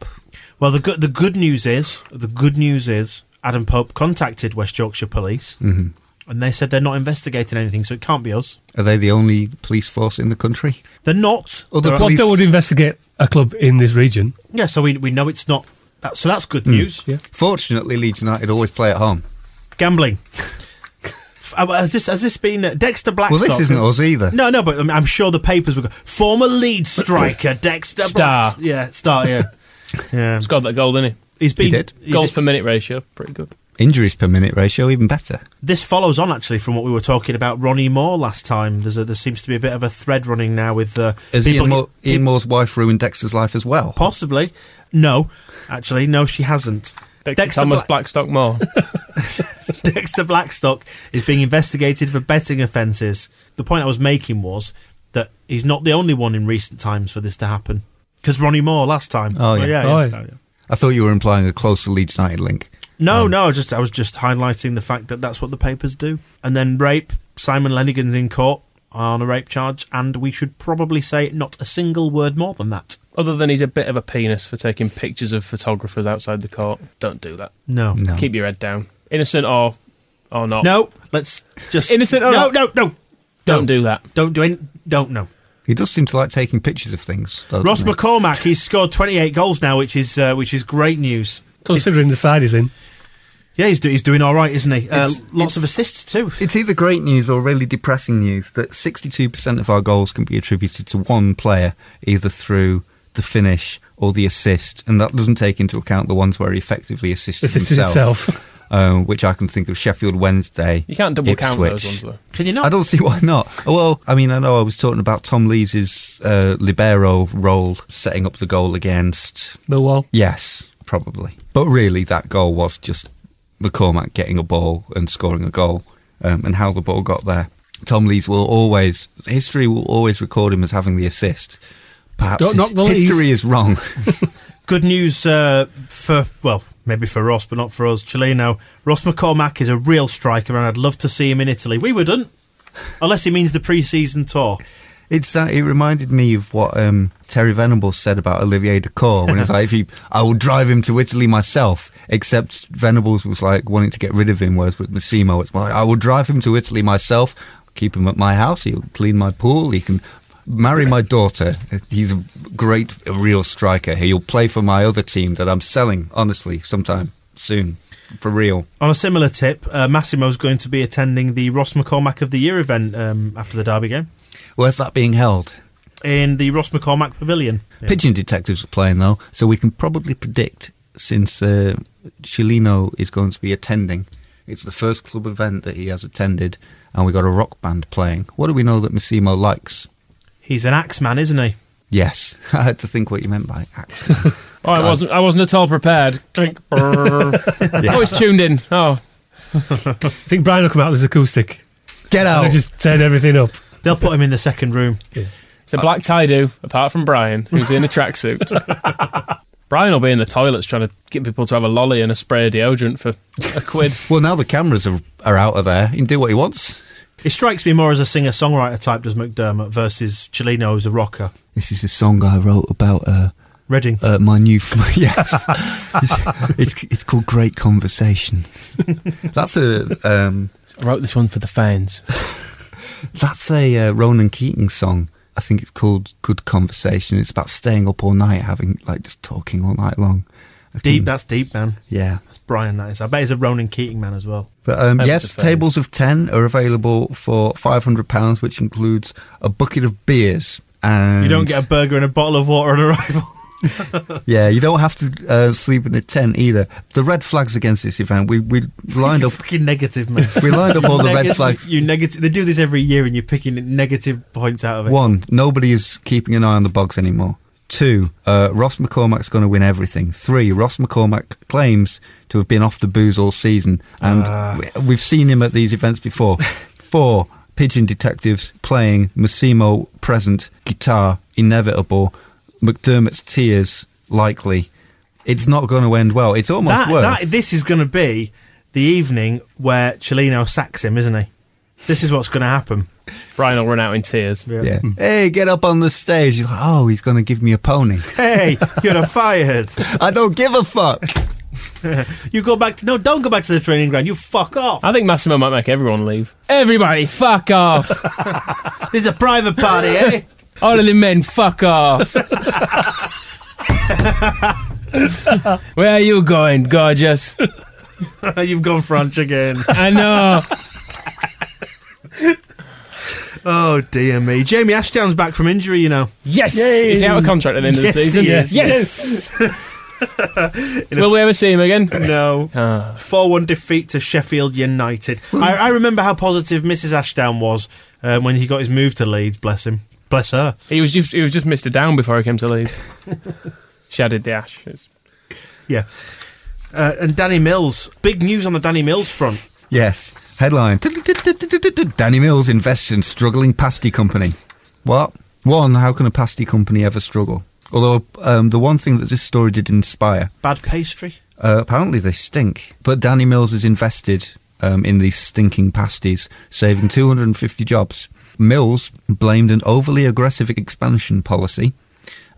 Speaker 1: Well, the good the good news is the good news is Adam Pope contacted West Yorkshire Police
Speaker 5: Mm-hmm.
Speaker 1: and they said they're not investigating anything, so it can't be us.
Speaker 5: Are they the only police force in the country?
Speaker 1: They're not.
Speaker 5: Other
Speaker 1: They're-
Speaker 2: What
Speaker 5: police-
Speaker 2: they would investigate a club in this region.
Speaker 1: Yeah, so we, we know it's not. That, so that's
Speaker 5: Mm.
Speaker 1: good news.
Speaker 2: yeah.
Speaker 5: Fortunately, Leeds United always play at home.
Speaker 1: Gambling. F- uh, has this has this been uh, Dexter Blackstock?
Speaker 5: Well, this isn't us either.
Speaker 1: No, no, but um, I'm, I'm sure the papers were. go- Former lead striker Dexter
Speaker 4: Star.
Speaker 1: Blackst- Yeah, star. Yeah, yeah.
Speaker 4: He's got that goal, didn't
Speaker 1: He's been
Speaker 5: did.
Speaker 4: he? Goals
Speaker 1: did.
Speaker 4: per minute ratio, pretty good.
Speaker 5: Injuries per minute ratio even better.
Speaker 1: This follows on actually from what we were talking about Ronnie Moore last time. There's a, there seems to be a bit of a thread running now with uh,
Speaker 5: Has
Speaker 1: people-
Speaker 5: Ian, Moore, Ian Moore's wife ruined Dexter's life as well?
Speaker 1: possibly. No, actually, no, she hasn't.
Speaker 4: Dexter, Thomas
Speaker 1: Black-
Speaker 4: Blackstock Moore.
Speaker 1: Dexter Blackstock is being investigated for betting offences. The point I was making was that he's not the only one in recent times for this to happen. Because Ronnie Moore last time.
Speaker 5: Oh, yeah.
Speaker 2: Oh, yeah.
Speaker 5: I thought you were implying a closer Leeds United link.
Speaker 1: No, no. I Just I was just highlighting the fact that that's what the papers do. And then rape. Simon Lenigan's in court on a rape charge, and we should probably say not a single word more than that.
Speaker 4: Other than he's a bit of a penis for taking pictures of photographers outside the court. Don't do that.
Speaker 1: No. No.
Speaker 4: Keep your head down. Innocent or or not.
Speaker 1: Let's just
Speaker 4: Innocent or
Speaker 1: No,
Speaker 4: not?
Speaker 1: no, no.
Speaker 4: Don't do that.
Speaker 1: Don't do any. Don't no.
Speaker 5: He does seem to like taking pictures of things. doesn't
Speaker 1: Ross
Speaker 5: he?
Speaker 1: McCormack. He's scored 28 goals now, which is uh, which is great news.
Speaker 2: Considering the side he's in.
Speaker 1: Yeah, he's, do- he's doing all right, isn't he? Uh,
Speaker 5: It's-
Speaker 1: lots
Speaker 5: it's-
Speaker 1: of assists too.
Speaker 5: It's either great news or really depressing news that 62% of our goals can be attributed to one player, either through the finish or the assist, and that doesn't take into account the ones where he effectively assists
Speaker 2: Assisted
Speaker 5: himself,
Speaker 2: himself.
Speaker 5: um, which I can think of Sheffield Wednesday.
Speaker 4: You can't double count those
Speaker 5: Ipswich.
Speaker 4: ones though.
Speaker 1: Can you
Speaker 5: I
Speaker 1: not?
Speaker 5: don't see why not. Well, I mean, I know I was talking about Tom Lees's uh, libero role, setting up the goal against
Speaker 2: Millwall.
Speaker 5: Yes, probably. But really, that goal was just McCormack getting a ball and scoring a goal, um, and how the ball got there. Tom Lees will always history will always record him as having the assist. Perhaps
Speaker 2: Don't
Speaker 5: his-
Speaker 2: knock the Lees.
Speaker 5: history is wrong.
Speaker 1: Good news uh, for well, maybe for Ross, but not for us. Chileno. Ross McCormack is a real striker, and I'd love to see him in Italy. We wouldn't, unless he means the pre-season tour.
Speaker 5: It's that it reminded me of what um, Terry Venables said about Olivier Decor when it's like if he, I will drive him to Italy myself. Except Venables was like wanting to get rid of him, whereas with Massimo, it's like I will drive him to Italy myself, keep him at my house, he'll clean my pool, he can marry my daughter. He's a great, a real striker. He'll play for my other team that I'm selling, honestly, sometime soon, for real.
Speaker 1: On a similar tip, uh, Massimo's going to be attending the Ross McCormack of the Year event um, after the Derby game.
Speaker 5: Where's that being held?
Speaker 1: in the Ross McCormack Pavilion.
Speaker 5: Pigeon detectives are playing though, so we can probably predict since uh, Chilino is going to be attending. It's the first club event that he has attended, and we got a rock band playing. What do we know that Massimo likes?
Speaker 1: He's an axe man, isn't he?
Speaker 5: Yes, I had to think what you meant by accent.
Speaker 4: Oh, I wasn't. I wasn't at all prepared. Drink. Brrr. Oh, it's tuned in. Oh,
Speaker 2: I think Brian will come out with his acoustic.
Speaker 6: Get
Speaker 2: And
Speaker 5: Oh.
Speaker 6: out.
Speaker 2: they just turn everything up.
Speaker 1: They'll put him in the second room.
Speaker 4: it's a black tie do. Apart from Brian, who's in a tracksuit. Brian will be in the toilets trying to get people to have a lolly and a spray of deodorant for a quid.
Speaker 5: well, now the cameras are, are out of there. He can do what he wants.
Speaker 1: It strikes me more as a singer songwriter type, does McDermott, versus Cellino as a rocker.
Speaker 5: This is a song I wrote about uh,
Speaker 1: Reading.
Speaker 5: uh, my new. F- yeah, it's, it's called Great Conversation. That's a um,
Speaker 4: I wrote this one for the fans.
Speaker 5: That's a uh, Ronan Keating song. I think it's called Good Conversation. It's about staying up all night, having like just talking all night long. I
Speaker 1: deep,
Speaker 5: couldn't-
Speaker 1: that's deep, man.
Speaker 5: yeah.
Speaker 1: That's Brian, that is. I bet he's a Ronan Keating man as well.
Speaker 5: But um,
Speaker 4: Over
Speaker 5: yes,
Speaker 4: the phone.
Speaker 5: tables of 10 are available for £500, which includes a bucket of beers. And
Speaker 1: You don't get a burger and a bottle of water on arrival.
Speaker 5: yeah, you don't have to uh, sleep in a tent either. The red flags against this event, we we lined up.
Speaker 1: Fucking negative, man.
Speaker 5: We lined up all the red
Speaker 1: Negative-
Speaker 5: flags.
Speaker 1: You negative. They do this every year, and you're picking negative points out of it.
Speaker 5: One, nobody is keeping an eye on the bugs anymore. Two, uh, Ross McCormack's going to win everything. Three, Ross McCormack claims to have been off the booze all season, and
Speaker 1: Ah.
Speaker 5: we- we've seen him at these events before. Four, Pigeon Detectives playing Massimo present, guitar inevitable, McDermott's tears likely. It's not going to end well. It's almost
Speaker 1: That,
Speaker 5: worse.
Speaker 1: that this is going to be the evening where Chelino sacks him, isn't he? This is what's going to happen.
Speaker 4: Brian will run out in tears.
Speaker 5: yeah.
Speaker 1: Hmm.
Speaker 5: Hey, get up on the stage. He's like, oh, he's going to give me a pony.
Speaker 1: Hey, you're fired.
Speaker 5: I don't give a fuck.
Speaker 1: You go back to no, don't go back to the training ground. You fuck off.
Speaker 4: I think Massimo might make everyone leave. Everybody, fuck off.
Speaker 1: This is a private party, eh?
Speaker 4: All of the men, fuck off. Where are you going, gorgeous?
Speaker 1: You've gone French again.
Speaker 4: I know.
Speaker 1: Oh dear me. Jamie Ashdown's back from injury, you know.
Speaker 4: Yes. Is he out of contract at the end of the
Speaker 1: Yes, he
Speaker 4: season?
Speaker 1: is.
Speaker 4: Yes. Will we ever see him again?
Speaker 1: No.
Speaker 4: Ah.
Speaker 1: Four-one defeat to Sheffield United. I, I remember how positive Mrs. Ashdown was uh, when he got his move to Leeds. Bless him. Bless her.
Speaker 4: He was just he was just Mr. Down before he came to Leeds. Shaded the ash. It's-
Speaker 1: Yeah. Uh, and Danny Mills. Big news on the Danny Mills front.
Speaker 5: Yes. Headline Danny Mills invests in struggling pasty company. What? One, how can a pasty company ever struggle? Although, um, the one thing that this story did inspire,
Speaker 1: Bad pastry.
Speaker 5: uh, apparently they stink. But Danny Mills has invested um, in these stinking pasties, saving 250 jobs. Mills blamed an overly aggressive expansion policy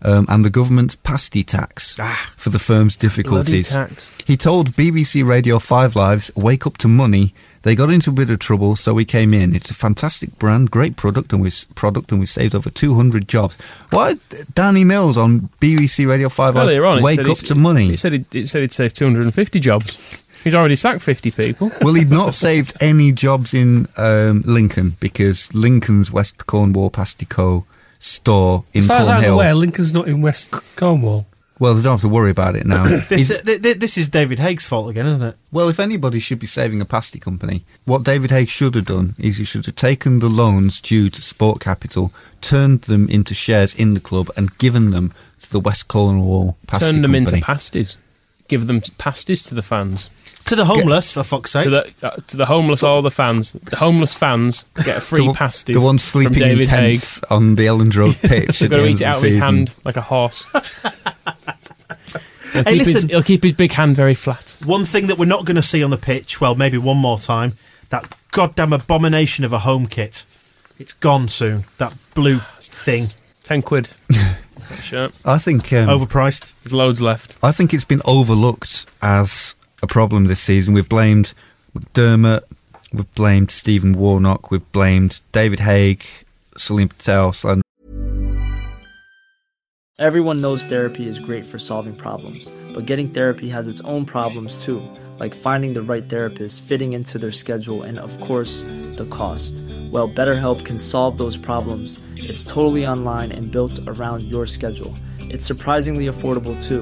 Speaker 5: um, and the government's pasty tax for the firm's difficulties.
Speaker 4: Ah. tax.
Speaker 5: He told BBC Radio 5 Live's Wake Up to Money they got into a bit of trouble, so we came in. It's a fantastic brand, great product, and we product, and we saved over 200 jobs. Why Danny Mills on BBC Radio 5 Live?
Speaker 4: Earlier on, he
Speaker 5: Wake
Speaker 4: said
Speaker 5: Up
Speaker 4: he's-
Speaker 5: to Money.
Speaker 4: He said he'd, he said he'd saved 250 jobs. He's already sacked 50 people.
Speaker 5: well, he'd not saved any jobs in um, Lincoln because Lincoln's West Cornwall Pasty Co. store in
Speaker 2: As far as I'm
Speaker 5: Cornhill.
Speaker 2: aware, Lincoln's not in West Cornwall.
Speaker 5: well, they don't have to worry about it now.
Speaker 1: This, uh, th- th- this is David Haig's fault again, isn't it?
Speaker 5: Well, if anybody should be saving a pasty company, what David Haig should have done is he should have taken the loans due to Sport Capital, turned them into shares in the club, and given them to the West Cornwall Pasty
Speaker 4: Turn them
Speaker 5: Company.
Speaker 4: into pasties. Give them pasties to the fans.
Speaker 1: To the homeless, for fuck's sake.
Speaker 4: to the uh, to the homeless, all the fans, the homeless fans get a free
Speaker 5: the, one-
Speaker 4: pasties.
Speaker 5: The ones
Speaker 4: from
Speaker 5: sleeping in
Speaker 4: David Haig.
Speaker 5: tents on the Elland Road pitch.
Speaker 4: They're
Speaker 5: at the
Speaker 4: going to eat it
Speaker 5: end of
Speaker 4: out of
Speaker 5: the
Speaker 4: his
Speaker 5: season.
Speaker 4: hand like a horse. he'll,
Speaker 1: Hey,
Speaker 4: keep his,
Speaker 1: listen.
Speaker 4: he'll keep his big hand very flat.
Speaker 1: One thing that we're not going to see on the pitch, well, maybe one more time, that goddamn abomination of a home kit. It's gone soon. That blue thing.
Speaker 4: Ten quid. That shirt.
Speaker 5: I think um,
Speaker 1: Overpriced.
Speaker 4: There's loads left.
Speaker 5: I think it's been overlooked as a problem this season. We've blamed McDermott, we've blamed Stephen Warnock, we've blamed David Haig, Salim Patel, Slan
Speaker 2: Everyone knows therapy is great for solving problems, but getting therapy has its own problems too, like finding the right therapist, fitting into their schedule, and of course, the cost. Well, BetterHelp can solve those problems. It's totally online and built around your schedule. It's surprisingly affordable too.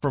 Speaker 7: For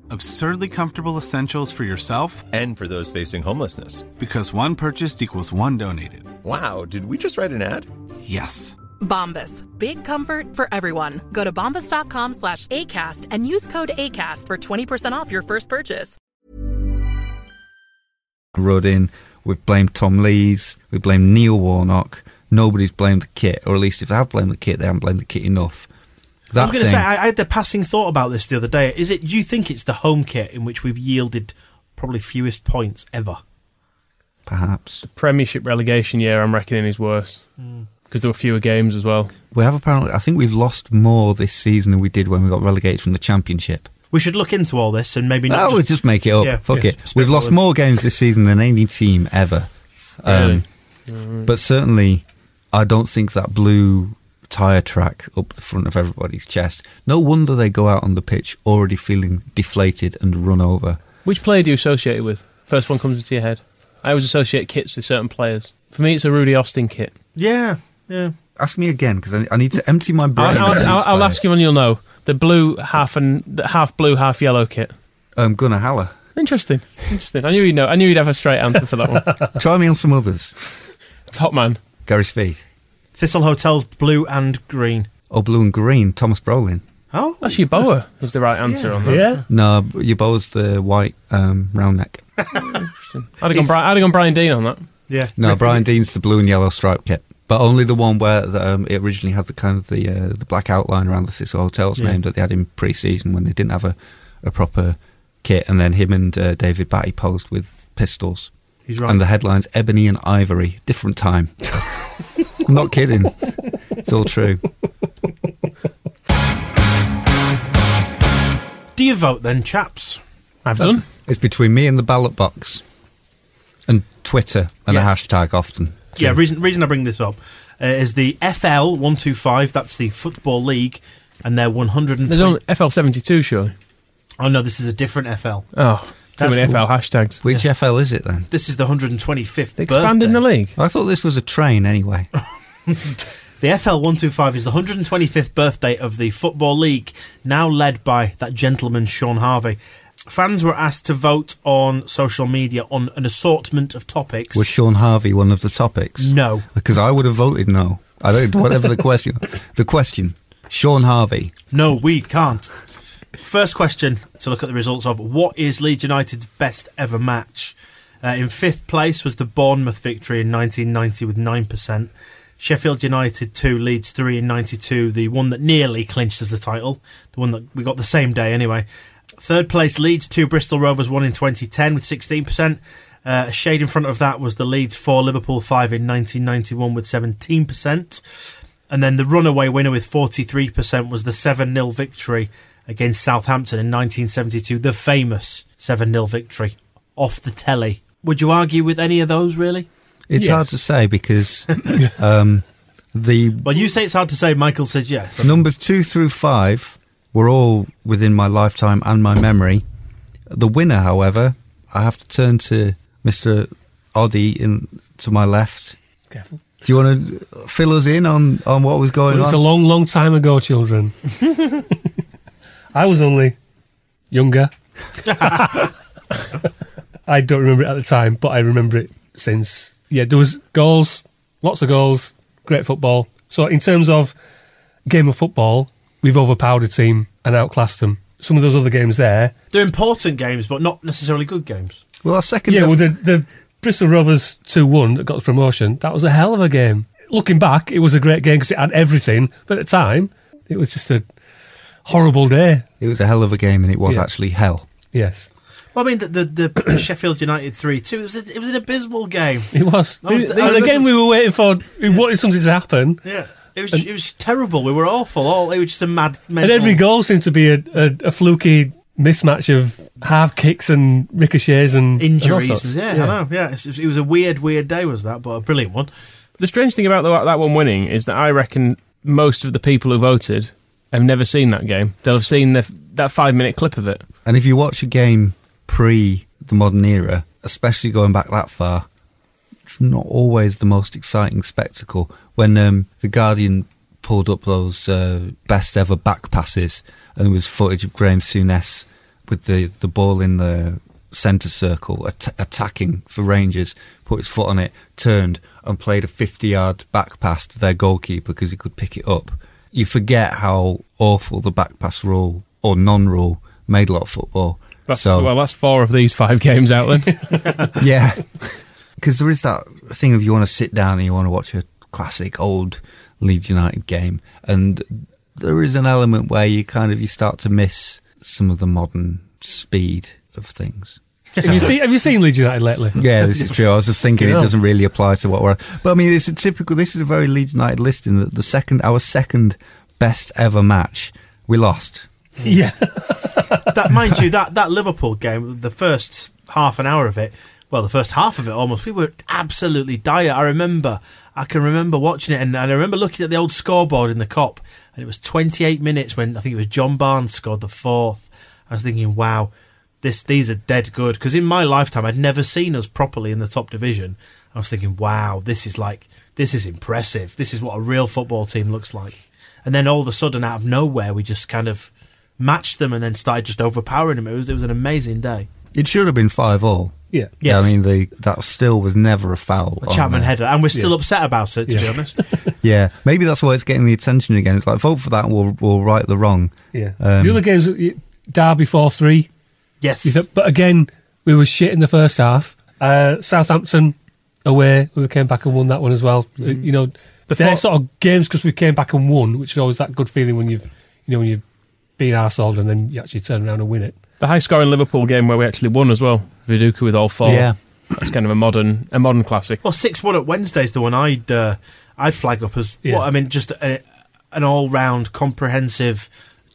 Speaker 3: Absurdly comfortable essentials for yourself
Speaker 8: And for those facing homelessness.
Speaker 3: because one purchased equals one donated.
Speaker 8: Wow, did we just write an ad?
Speaker 3: Yes.
Speaker 9: Bombas. Big comfort for everyone. Go to bombas.com slash ACAST and use code ACAST for 20% off your first purchase.
Speaker 5: Rudd in. We've blamed Tom Lees. We blame Neil Warnock. Nobody's blamed the kit, or at least if they have blamed the kit, they haven't blamed the kit enough. That
Speaker 1: I was going to
Speaker 5: thing,
Speaker 1: say, I, I had the passing thought about this the other day. Is it? Do you think it's the home kit in which we've yielded probably fewest points ever?
Speaker 5: perhaps
Speaker 4: Premiership relegation year, I'm reckoning, is worse because there were fewer games as well.
Speaker 5: we have apparently. I think we've lost more this season than we did when we got relegated from the championship.
Speaker 1: We should look into all this and maybe.
Speaker 5: I
Speaker 1: Not
Speaker 5: would
Speaker 1: just,
Speaker 5: just make it up.
Speaker 1: Yeah,
Speaker 5: Fuck
Speaker 1: yeah,
Speaker 5: it. We've lost
Speaker 1: spitballing.
Speaker 5: more games this season than any team ever. Um, But certainly, I don't think that blue tyre track up the front of everybody's chest. No wonder they go out on the pitch already feeling deflated and run over.
Speaker 4: Which player do you associate it with? First one comes into your head. I always associate kits with certain players. For me, it's a Rudy Austin kit.
Speaker 1: yeah, yeah.
Speaker 5: Ask me again because I, I need to empty my
Speaker 4: I'll,
Speaker 5: brain.
Speaker 4: I'll,
Speaker 5: about
Speaker 4: I'll,
Speaker 5: these
Speaker 4: I'll
Speaker 5: players.
Speaker 4: ask you and you'll know. The blue half and the half blue, half yellow kit.
Speaker 5: Um, Gunnar Haller.
Speaker 4: Interesting, interesting. I knew you'd know. I knew you'd have a straight answer for that one.
Speaker 5: Try me on some others.
Speaker 4: Top man.
Speaker 5: Gary Speed.
Speaker 1: Thistle Hotels blue and green.
Speaker 5: Or blue and green. Thomas Brolin.
Speaker 1: Oh,
Speaker 4: That's your boa. Was the right answer on that?
Speaker 10: Yeah.
Speaker 5: No, your bow's the white um, round neck.
Speaker 4: I'd have, gone Brian, I'd have gone Brian Dean on that.
Speaker 1: yeah.
Speaker 5: No, Brian Dean's the blue and yellow stripe kit, but only the one where the, um, it originally had the kind of the uh, the black outline around the Thistle Hotel's
Speaker 1: Yeah.
Speaker 5: name that they had in pre-season when they didn't have a, a proper kit, and then him and uh, David Batty posed with pistols,
Speaker 1: He's right.
Speaker 5: and the headlines ebony and ivory, different time. I'm not kidding. It's all true.
Speaker 1: do you vote then, chaps?
Speaker 4: I've done.
Speaker 5: It's between me and the ballot box, and Twitter and a
Speaker 1: Yeah.
Speaker 5: hashtag often.
Speaker 1: Yeah. Reason reason I bring this up uh, is the FL one two five. That's the football league, and they're one hundred and.
Speaker 4: There's only FL seventy two, surely.
Speaker 1: Oh no, this is a different FL.
Speaker 4: Oh, too
Speaker 1: That's
Speaker 4: many FL hashtags.
Speaker 5: Which FL is it then?
Speaker 1: This is the 125th.
Speaker 4: They expanding
Speaker 1: birthday.
Speaker 4: the league.
Speaker 5: I thought this was a train anyway.
Speaker 1: The FL 125 is the 125th birthday of the Football League, now led by that gentleman, Sean Harvey. Fans were asked to vote on social media on an assortment of topics.
Speaker 5: Was Sean Harvey one of the topics?
Speaker 1: No.
Speaker 5: Because I would have voted no. I don't. Whatever the question. The question. Sean Harvey.
Speaker 1: no, we can't. First question to look at the results of what is Leeds United's best ever match? Uh, in fifth place was the Bournemouth victory in 1990 with 9%. Sheffield United 2, Leeds 3 in 92, the one that nearly clinched us the title, the one that we got the same day anyway. Third place, Leeds 2, Bristol Rovers 1 in 2010 with 16%. Uh, a shade in front of that was the Leeds 4, Liverpool 5 in 1991 with 17%. And then the runaway winner with 43% was the 7 0 victory against Southampton in 1972, the famous 7 0 victory off the telly. Would you argue with any of those, really?
Speaker 5: It's hard to say because um, the
Speaker 1: Well, you say it's hard to say. Michael says yes.
Speaker 5: numbers two through five were all within my lifetime and my memory. The winner, however, I have to turn to Mister Oddy in to my left.
Speaker 10: Careful.
Speaker 5: Do you want to fill us in on, on what was
Speaker 10: It
Speaker 5: going
Speaker 10: was a
Speaker 5: on?
Speaker 10: long, long time ago, children. I was only younger.
Speaker 2: I don't remember it at the time, but I remember it since. Yeah, there was goals, lots of goals, great football. So in terms of game of football, we've overpowered a team and outclassed them. Some of those other games there.
Speaker 1: They're important games, but not necessarily good games.
Speaker 5: Well, our second.
Speaker 2: Yeah, well, the, the Bristol Rovers 2 1 that got the promotion, that was a hell of a game. Looking back, it was a great game because it had everything, but at the time, it was just a horrible day.
Speaker 5: It was a hell of a game, and it was
Speaker 2: Yeah.
Speaker 5: actually hell.
Speaker 2: Yes.
Speaker 1: Well, I mean, the the, the Sheffield United three two. It was a, it was an abysmal game.
Speaker 2: It was.
Speaker 1: That was-
Speaker 2: it
Speaker 1: that
Speaker 2: was
Speaker 1: was-
Speaker 2: a game we were waiting for. We wanted something to happen.
Speaker 1: Yeah, it was it was terrible. We were awful. All it was just a mad.
Speaker 2: And
Speaker 1: mental-
Speaker 2: every goal seemed to be a, a, a fluky mismatch of half kicks and ricochets and and all sorts.
Speaker 1: injuries. Yeah, I know. Yeah, it's- it's- it was a weird, weird day. Was that? But a brilliant one.
Speaker 4: The strange thing about the, that one winning is that I reckon most of the people who voted have never seen that game. They'll have seen the, that five minute clip of it.
Speaker 5: And if you watch a game pre the modern era, especially going back that far, it's not always the most exciting spectacle. When um, the Guardian pulled up those uh, best ever back passes, and there was footage of Graham Souness with the, the ball in the centre circle at- attacking for Rangers, put his foot on it, turned and played a 50 yard back pass to their goalkeeper because he could pick it up. You forget how awful the back pass rule or non rule made a lot of football.
Speaker 4: That's,
Speaker 5: so
Speaker 4: well, that's four of these five games out then.
Speaker 5: yeah. Because there is that thing of you want to sit down and you want to watch a classic old Leeds United game, and there is an element where you kind of you start to miss some of the modern speed of things.
Speaker 2: Have you seen Have you seen Leeds United lately?
Speaker 5: Yeah, this is true. I was just thinking
Speaker 2: Yeah.
Speaker 5: it doesn't really apply to what we're. But I mean, it's a typical. This is a very Leeds United listing. That the second our second best ever match, we lost.
Speaker 2: Yeah.
Speaker 1: that mind you, that that Liverpool game, the first half an hour of it, well, the first half of it almost, we were absolutely dire. I remember, I can remember watching it, and, and I remember looking at the old scoreboard in the cop, and it was 28 minutes when I think it was John Barnes scored the fourth. I was thinking, wow, this these are dead good because in my lifetime I'd never seen us properly in the top division. I was thinking, wow, this is like this is impressive. This is what a real football team looks like. And then all of a sudden, out of nowhere, we just kind of matched them and then started just overpowering them. It was it was an amazing day.
Speaker 5: It should have been five all.
Speaker 2: Yeah.
Speaker 1: Yes.
Speaker 5: I mean, oh, the that still was never a foul.
Speaker 1: A
Speaker 5: on uh,
Speaker 1: Chapman
Speaker 5: there.
Speaker 1: header, and we're still upset about it to be
Speaker 5: Yeah.
Speaker 1: honest.
Speaker 5: Yeah, maybe that's why it's getting the attention again. It's like vote for that, and we'll we'll right the wrong.
Speaker 2: Yeah.
Speaker 5: Um,
Speaker 2: the other games, y- Derby 4 3.
Speaker 1: Yes.
Speaker 2: but again, we were shit in the first half. Uh, Southampton away, we came back and won that one as well. Uh, You know, the they're
Speaker 4: four-
Speaker 2: sort of games because we came back and won, which is always that good feeling when you've, you know, when you've been arsehold and then you actually turn around and win it.
Speaker 4: The high scoring Liverpool game where we actually won as well. Viduka with all four.
Speaker 2: Yeah.
Speaker 4: That's kind of a modern a modern classic.
Speaker 1: Well, six one at Wednesday's the one I'd uh, I'd flag up as
Speaker 4: Yeah.
Speaker 1: what I mean, just a, an all round comprehensive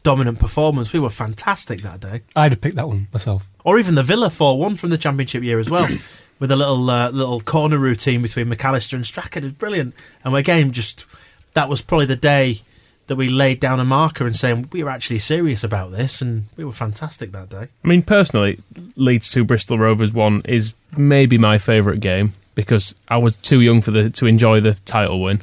Speaker 1: dominant performance. We were fantastic that day.
Speaker 2: I'd have picked that one myself.
Speaker 1: or even the Villa four one from the Championship year as well, with a little uh, little corner routine between McAllister and Strachan. It was brilliant, and again, just that was probably the day that we laid down a marker and saying we were actually serious about this, and we were fantastic that day.
Speaker 4: I mean, personally, Leeds 2 Bristol Rovers 1 is maybe my favourite game because I was too young for the to enjoy the title win.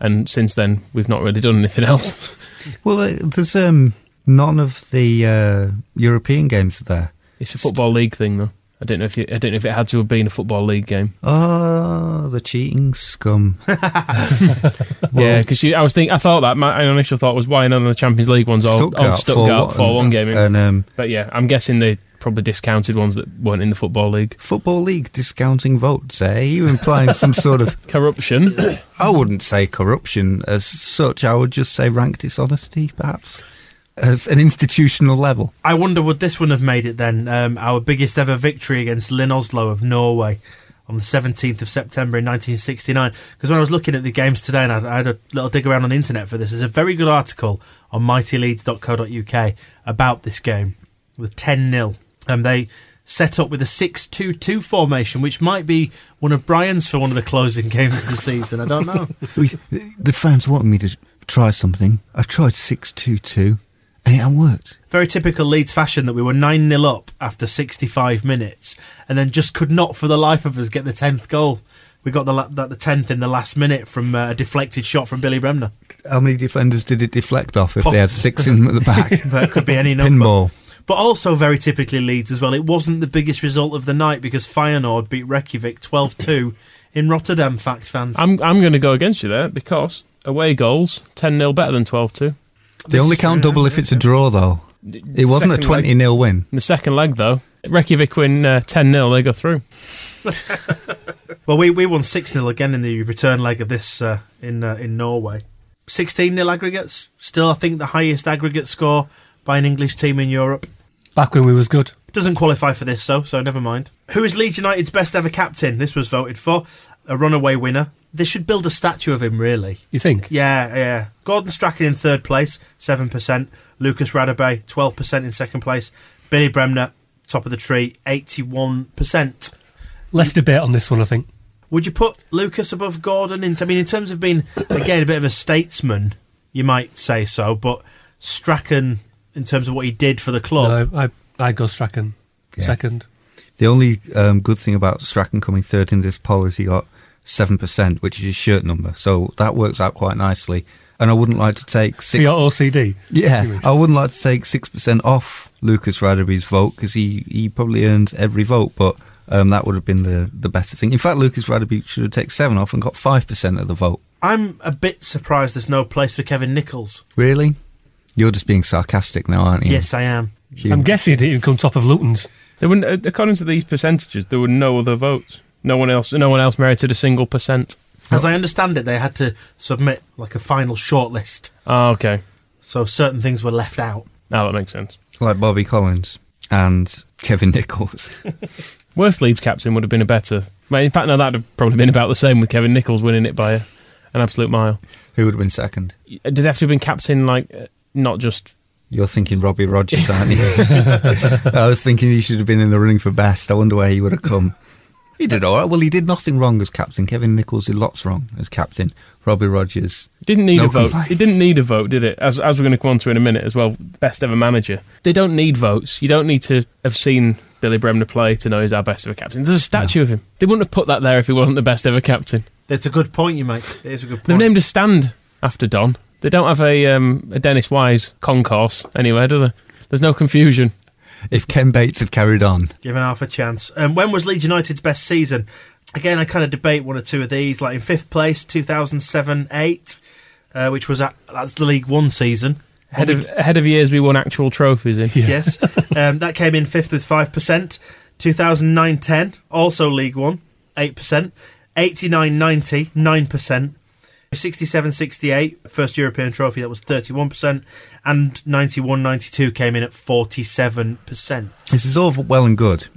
Speaker 4: And since then, we've not really done anything else.
Speaker 5: Well, uh, there's um none of the uh, European games there.
Speaker 4: It's a football league thing, though. I don't know if you, I don't know if it had to have been a football league game.
Speaker 5: Oh, the cheating scum.
Speaker 4: yeah, because I was think I thought that my initial thought was why none of the Champions League ones all Stuttgart, all
Speaker 5: Stuttgart
Speaker 4: Stuttgart
Speaker 5: 4-1,
Speaker 4: four one Uh, game.
Speaker 5: and, um,
Speaker 4: but yeah, I'm guessing they probably discounted ones that weren't in the football league.
Speaker 5: Football league discounting votes, eh? You implying some sort of
Speaker 4: corruption?
Speaker 5: I wouldn't say corruption as such. I would just say rank dishonesty, perhaps, as an institutional level.
Speaker 1: I wonder would this one have made it then? Um, our biggest ever victory against Lynn Oslo of Norway on the 17th of September in 1969. Because when I was looking at the games today and I, I had a little dig around on the internet for this, there's a very good article on mightyleeds.co.uk about this game, the 10 0. Um, they set up with a 6 2 2 formation, which might be one of Brian's for one of the closing games of the season. I don't know.
Speaker 5: We, the fans wanted me to try something. I tried six two two, and it hadn't worked.
Speaker 1: very typical Leeds fashion that we were 9 0 up after 65 minutes and then just could not for the life of us get the 10th goal. We got the la- that the 10th in the last minute from uh, a deflected shot from Billy Bremner.
Speaker 5: How many defenders did it deflect off if they had six in the back?
Speaker 1: But it could be any number.
Speaker 5: Pinball.
Speaker 1: But also very typically Leeds as well. It wasn't the biggest result of the night because Feyenoord beat Reykjavik 12-2 in Rotterdam, facts fans.
Speaker 4: I'm I'm going to go against you there because away goals 10 0 better than 12 2.
Speaker 5: They only count double if it's a draw, though. It wasn't a
Speaker 4: Second
Speaker 5: 20
Speaker 4: leg.
Speaker 5: 0 win.
Speaker 4: In the second leg, though, Reykjavik win 10 0, they go through.
Speaker 1: Well, we, we won 6 0 again in the return leg of this uh, in uh, in Norway. 16 0 aggregates, still, I think, the highest aggregate score by an English team in Europe.
Speaker 2: Back when we was good.
Speaker 1: Doesn't qualify for this, though, so never mind. Who is Leeds United's best ever captain? This was voted for. A runaway winner. They should build a statue of him, really.
Speaker 2: You think?
Speaker 1: Yeah, yeah. Gordon Strachan in third place, 7%. Lucas Radabay, 12% in second place. Billy Bremner, top of the tree, 81%.
Speaker 2: Less debate on this one, I think.
Speaker 1: Would you put Lucas above Gordon? In, I mean, in terms of being, again, a bit of a statesman, you might say so, but Strachan, in terms of what he did for the club.
Speaker 2: I, I go Strachan second.
Speaker 5: The only um, good thing about Strachan coming third in this poll is he got 7%, which is his shirt number. So that works out quite nicely. And I wouldn't like to take
Speaker 2: For
Speaker 5: six.
Speaker 2: your OCD.
Speaker 5: Yeah, I wouldn't like to take six percent off Lucas Radaby's vote because he, he probably earned every vote, but um, that would have been the, the better thing. In fact, Lucas Radaby should have taken seven off and got five percent of the vote.
Speaker 1: I'm a bit surprised there's no place for Kevin Nichols.
Speaker 5: Really? You're just being sarcastic now, aren't you?
Speaker 1: Yes, I am.
Speaker 5: I'm
Speaker 2: guessing it didn't come top of Luton's.
Speaker 4: There were, n- according to these percentages, there were no other votes. No one else No one else merited a single percent.
Speaker 1: As I understand it, they had to submit like a final shortlist,
Speaker 4: Oh, okay.
Speaker 1: so certain things were left out.
Speaker 4: Now that makes sense.
Speaker 5: Like Bobby Collins and Kevin Nichols.
Speaker 4: Worst Leeds captain would have been a better. well, In fact, no, that would have probably been about the same with Kevin Nichols winning it by a, an absolute mile. uh,
Speaker 5: Who would have been second?
Speaker 4: Did they have to have been captain, like, uh, not just.
Speaker 5: You're thinking Robbie Rogers, aren't you? I was thinking he should have been in the running for best. I wonder where he would have come. He did all right. Well, he did nothing wrong as captain. Kevin Nichols did lots wrong as captain. Robbie Rogers
Speaker 4: Didn't need
Speaker 5: No
Speaker 4: a vote.
Speaker 5: complaints.
Speaker 4: It didn't need a vote, did it? As, as we're going to come on to in a minute as well, best ever manager. They don't need votes. You don't need to have seen Billy Bremner play to know he's our best ever captain. There's a statue of him. They wouldn't have put that there if he wasn't the best ever captain.
Speaker 1: It's a good point you make. It is a good
Speaker 4: They've
Speaker 1: point.
Speaker 4: named a stand after Don. They don't have a, um, a Dennis Wise concourse anywhere, do they? There's no confusion.
Speaker 5: If Ken Bates had carried on,
Speaker 1: Given half a chance. Um, when was Leeds United's best season? Again, I kind of debate one or two of these. Like in fifth place, 2007 8, uh, which was at, that's the League One season.
Speaker 4: Ahead of, ahead of years we won actual trophies eh? in.
Speaker 1: Yes. um, that came in fifth with 5%. 2009 10, also League One, 8%. 89 90, 9%. 67 68, first European trophy, that was 31%. And 91 92 came in at 47%.
Speaker 5: This is all well and good,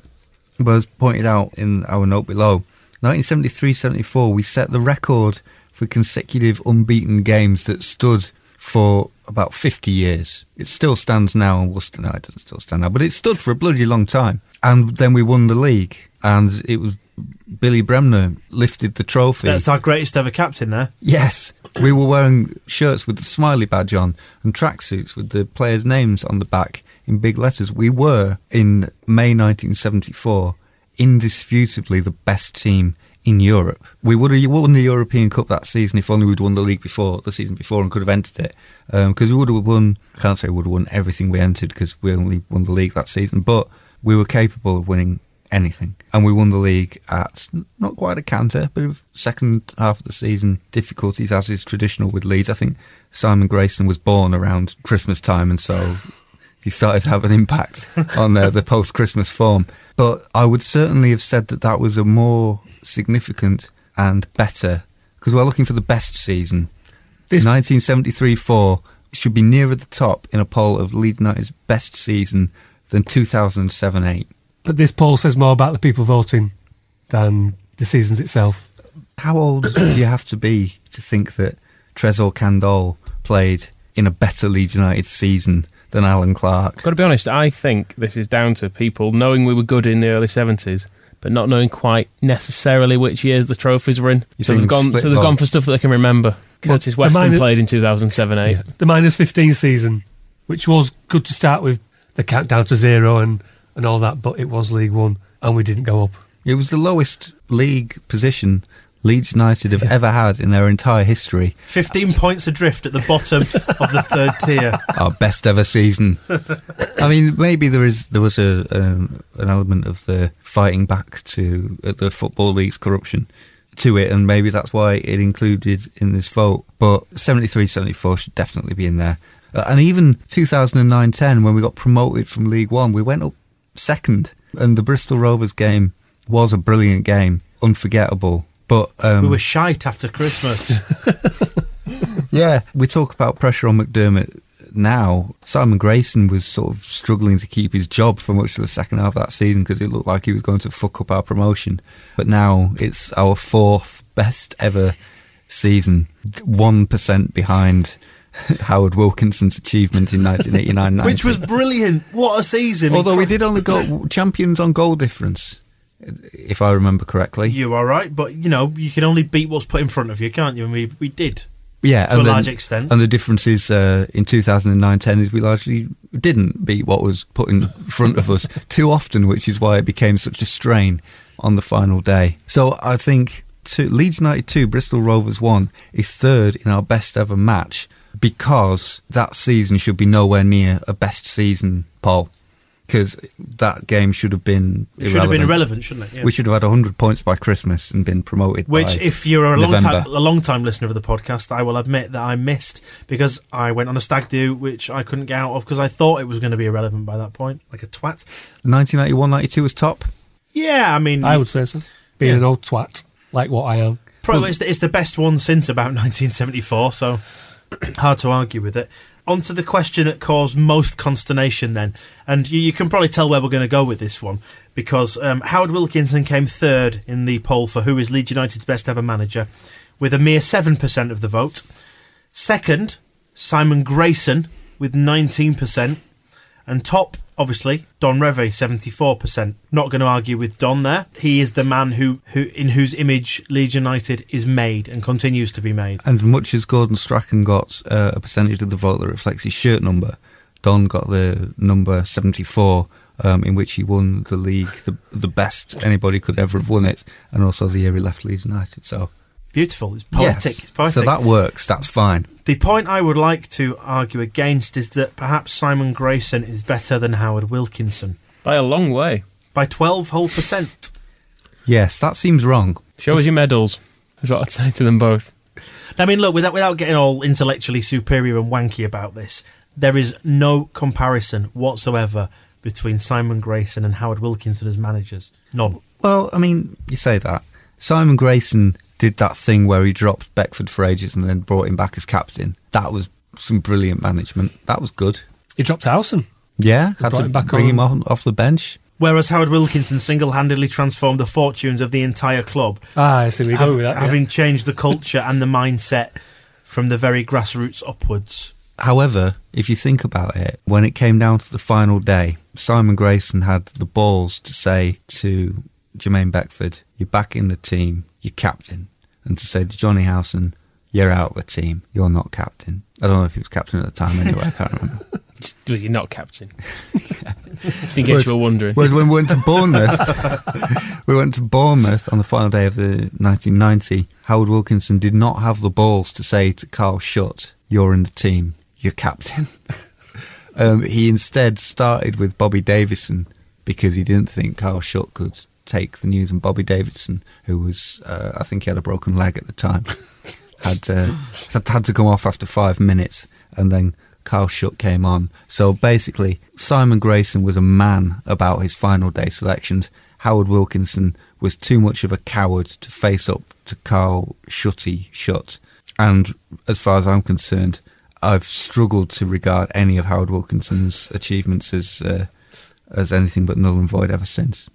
Speaker 5: but as pointed out in our note below, 1973-74, we set the record for consecutive unbeaten games that stood for about 50 years. It still stands now, and Worcester, no, it doesn't still stand now, but it stood for a bloody long time. And then we won the league, and it was Billy Bremner lifted the trophy.
Speaker 1: That's our greatest ever captain there.
Speaker 5: Yes, we were wearing shirts with the smiley badge on and tracksuits with the players' names on the back in big letters. We were, in May 1974, indisputably the best team in Europe. We would have won the European Cup that season if only we'd won the league before, the season before, and could have entered it. Because we would have won, I can't say we would have won everything we entered because we only won the league that season, but we were capable of winning anything. And we won the league at not quite a canter, but of second half of the season difficulties, as is traditional with Leeds. I think Simon Grayson was born around Christmas time, and so he started to have an impact on their, the post Christmas form. But I would certainly have said that that was a more significant and better because we're looking for the best season. 1973 4 should be nearer the top in a poll of Leeds United's best season than 2007 8.
Speaker 2: But this poll says more about the people voting than the seasons itself.
Speaker 5: How old do you have to be to think that Trezor Candole played in a better Leeds United season than Alan Clark?
Speaker 4: Got to be honest, I think this is down to people knowing we were good in the early 70s, but not knowing quite necessarily which years the trophies were in.
Speaker 2: You
Speaker 4: so they've
Speaker 2: think
Speaker 4: gone
Speaker 2: split
Speaker 4: so they've
Speaker 2: vote?
Speaker 4: gone for stuff that they can remember.
Speaker 2: Well,
Speaker 4: Curtis
Speaker 2: the
Speaker 4: Weston
Speaker 2: minor-
Speaker 4: played in 2007 8.
Speaker 2: The minus 15 season, which was good to start with, the countdown to zero and, and all that, but it was League One and we didn't go up.
Speaker 5: It was the lowest league position Leeds United have ever had in their entire history.
Speaker 1: 15
Speaker 5: Ah.
Speaker 1: points adrift at the bottom of the third tier.
Speaker 5: Our best ever season. I mean, maybe there is there was a um, an element of the fighting back to uh, the football league's corruption to it, and maybe that's why it included in this vote. But 73, 74 should definitely be in there. Uh, and even 2009-10, when we got promoted from League One, we went up second, and the Bristol Rovers game was a brilliant game, unforgettable. But um,
Speaker 1: we were shite after Christmas.
Speaker 5: yeah, we talk about pressure on McDermott now. Simon Grayson was sort of struggling to keep his job for much of the second half of that season because it looked like he was going to fuck up our promotion. But now it's our fourth best ever season, 1% behind Howard Wilkinson's achievement in 1989
Speaker 1: Which was brilliant. What a season.
Speaker 5: Although we did only go champions on goal difference, if I remember correctly.
Speaker 1: You are right, but you know, you can only beat what's put in front of you, can't you? And we, we did.
Speaker 5: Yeah,
Speaker 1: to a large extent.
Speaker 5: And the difference is uh, in 2009-10 is we largely didn't beat what was put in front of us too often, which is why it became such a strain on the final day. So I think two, Leeds United 2, Bristol Rovers 1 is third in our best ever match because that season should be nowhere near a best season poll. Because that game should have been
Speaker 1: It should have been irrelevant, shouldn't it? Yeah.
Speaker 5: We should have had 100 points by Christmas and been promoted.
Speaker 1: Which,
Speaker 5: by
Speaker 1: if you're a long
Speaker 5: November.
Speaker 1: time a long time listener of the podcast, I will admit that I missed because I went on a stag do which I couldn't get out of because I thought it was going to be irrelevant by that point, like a twat.
Speaker 5: 1991 92 was top.
Speaker 1: Yeah, I mean,
Speaker 2: I would say so. Being an old twat, like what I am.
Speaker 1: Probably it's, the, it's the best one since about 1974, so hard to argue with it. On to the question that caused most consternation then. And you, you can probably tell where we're going to go with this one because um, Howard Wilkinson came third in the poll for who is Leeds United's best ever manager with a mere 7% of the vote. Second, Simon Grayson with 19%. And top, obviously, Don Reve, 74%. Not going to argue with Don there. He is the man who, who in whose image Leeds United is made and continues to be made.
Speaker 5: And much as Gordon Strachan got uh, a percentage of the vote that reflects his shirt number, Don got the number 74, um, in which he won the league the, the best anybody could ever have won it, and also the year he left Leeds United. So,
Speaker 1: Beautiful. It's poetic.
Speaker 5: Yes.
Speaker 1: It's poetic.
Speaker 5: So that works. That's fine.
Speaker 1: The point I would like to argue against is that perhaps Simon Grayson is better than Howard Wilkinson.
Speaker 4: By a long way.
Speaker 1: By 12 whole percent.
Speaker 5: Yes, that seems wrong.
Speaker 4: Show us your medals, is what I'd say to them both.
Speaker 1: I mean, look, without, without getting all intellectually superior and wanky about this, there is no comparison whatsoever between Simon Grayson and Howard Wilkinson as managers. None.
Speaker 5: Well, I mean, you say that. Simon Grayson did that thing where he dropped Beckford for ages and then brought him back as captain. That was some brilliant management. That was good.
Speaker 2: He dropped Howson.
Speaker 5: Yeah,
Speaker 2: He
Speaker 5: had
Speaker 2: brought
Speaker 5: to
Speaker 2: him back
Speaker 5: bring
Speaker 2: on.
Speaker 5: him on, off the bench.
Speaker 1: Whereas Howard Wilkinson single handedly transformed the fortunes of the entire club.
Speaker 2: Ah, I see where you're
Speaker 1: hav-
Speaker 2: going with that, yeah.
Speaker 1: Having changed the culture and the mindset from the very grassroots upwards.
Speaker 5: However, if you think about it, when it came down to the final day, Simon Grayson had the balls to say to Jermaine Beckford, You're back in the team, you're captain. And to say to Johnny Howson, You're out of the team, you're not captain. I don't know if he was captain at the time anyway, I can't remember.
Speaker 4: Just, well, you're not captain. Just in case you were wondering.
Speaker 5: Whereas when we went to Bournemouth, we went to Bournemouth on the final day of the 1990. Howard Wilkinson did not have the balls to say to Carl Schutt, "You're in the team. You're captain." um, he instead started with Bobby Davison because he didn't think Carl Schutt could take the news, and Bobby Davison, who was, uh, I think, he had a broken leg at the time, had uh, had had to come off after five minutes, and then Carl Schutt came on. So basically, Simon Grayson was a man about his final day selections. Howard Wilkinson was too much of a coward to face up to Carl Shutty Schutt. And as far as I'm concerned, I've struggled to regard any of Howard Wilkinson's achievements as uh, as anything but null and void ever since.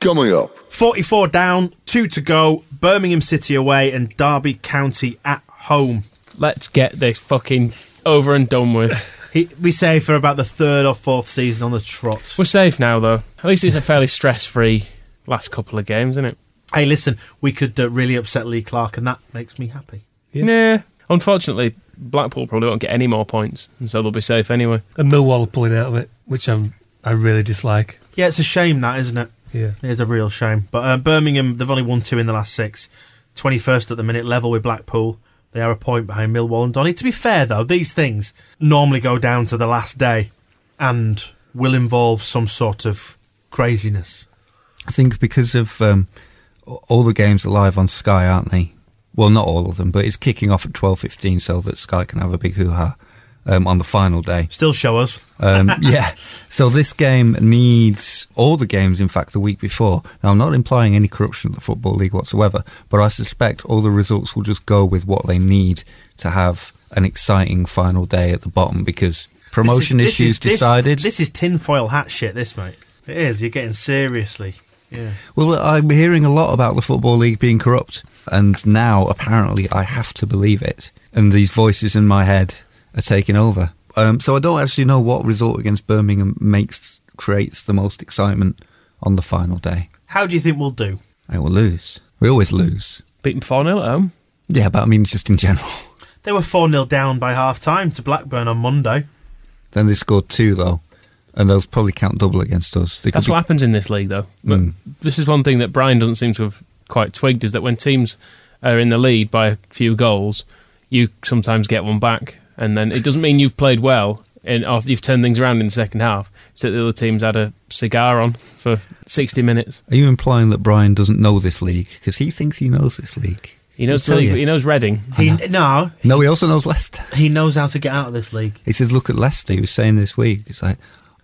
Speaker 3: Coming up.
Speaker 1: 44 down, two to go, Birmingham City away and Derby County at home.
Speaker 4: Let's get this fucking over and done with.
Speaker 1: he, we say for about the third or fourth season on the trot.
Speaker 4: We're safe now, though. At least it's a fairly stress free last couple of games, isn't it?
Speaker 1: Hey, listen, we could uh, really upset Lee Clark, and that makes me happy.
Speaker 4: Nah. Unfortunately, Blackpool probably won't get any more points, and so they'll be safe anyway.
Speaker 2: And Millwall pulling out of it, which I'm, I really dislike.
Speaker 1: Yeah, it's a shame that, isn't it?
Speaker 2: Yeah.
Speaker 1: It is a real shame. But uh, Birmingham, they've only won two in the last six. 21st at the minute, level with Blackpool. They are a point behind Millwall and Donny. To be fair, though, these things normally go down to the last day and will involve some sort of craziness.
Speaker 5: I think because of um, all the games are live on Sky, aren't they? Well, not all of them, but it's kicking off at twelve fifteen, so that Sky can have a big hoo ha um, on the final day.
Speaker 1: Still show us.
Speaker 5: Um, yeah. So this game needs all the games. In fact, the week before. Now, I'm not implying any corruption at the Football League whatsoever, but I suspect all the results will just go with what they need to have an exciting final day at the bottom because promotion
Speaker 1: This is- this
Speaker 5: issues
Speaker 1: is- this-
Speaker 5: decided.
Speaker 1: This, is tinfoil hat shit, this, mate. It is. You're getting seriously. Yeah.
Speaker 5: Well, I'm hearing a lot about the Football League being corrupt, and now apparently I have to believe it. And these voices in my head are taking over. Um, so I don't actually know what result against Birmingham makes creates the most excitement on the final day.
Speaker 1: How do you think we'll do?
Speaker 5: I will lose. We always lose.
Speaker 4: Beaten 4 0 at home.
Speaker 5: Yeah, but I mean, just in general.
Speaker 1: They were 4 0 down by half time to Blackburn on Monday.
Speaker 5: Then they scored two though, and those probably count double against us. They could
Speaker 4: That's
Speaker 5: be-
Speaker 4: what happens in this league, though. But
Speaker 5: Mm.
Speaker 4: This is one thing that Brian doesn't seem to have quite twigged is that when teams are in the lead by a few goals, you sometimes get one back, and then it doesn't mean you've played well and or you've turned things around in the second half. It's that the other team's had a cigar on for sixty minutes.
Speaker 5: Are you implying that Brian doesn't know this league because he thinks he knows this league?
Speaker 4: He knows
Speaker 5: He'll
Speaker 4: the
Speaker 5: tell
Speaker 4: league,
Speaker 5: you.
Speaker 4: but he knows Reading.
Speaker 1: He, no,
Speaker 5: No, he also knows Leicester.
Speaker 1: He knows how to get out of this league.
Speaker 5: He says, "Look at Leicester." He was saying this week, "It's like,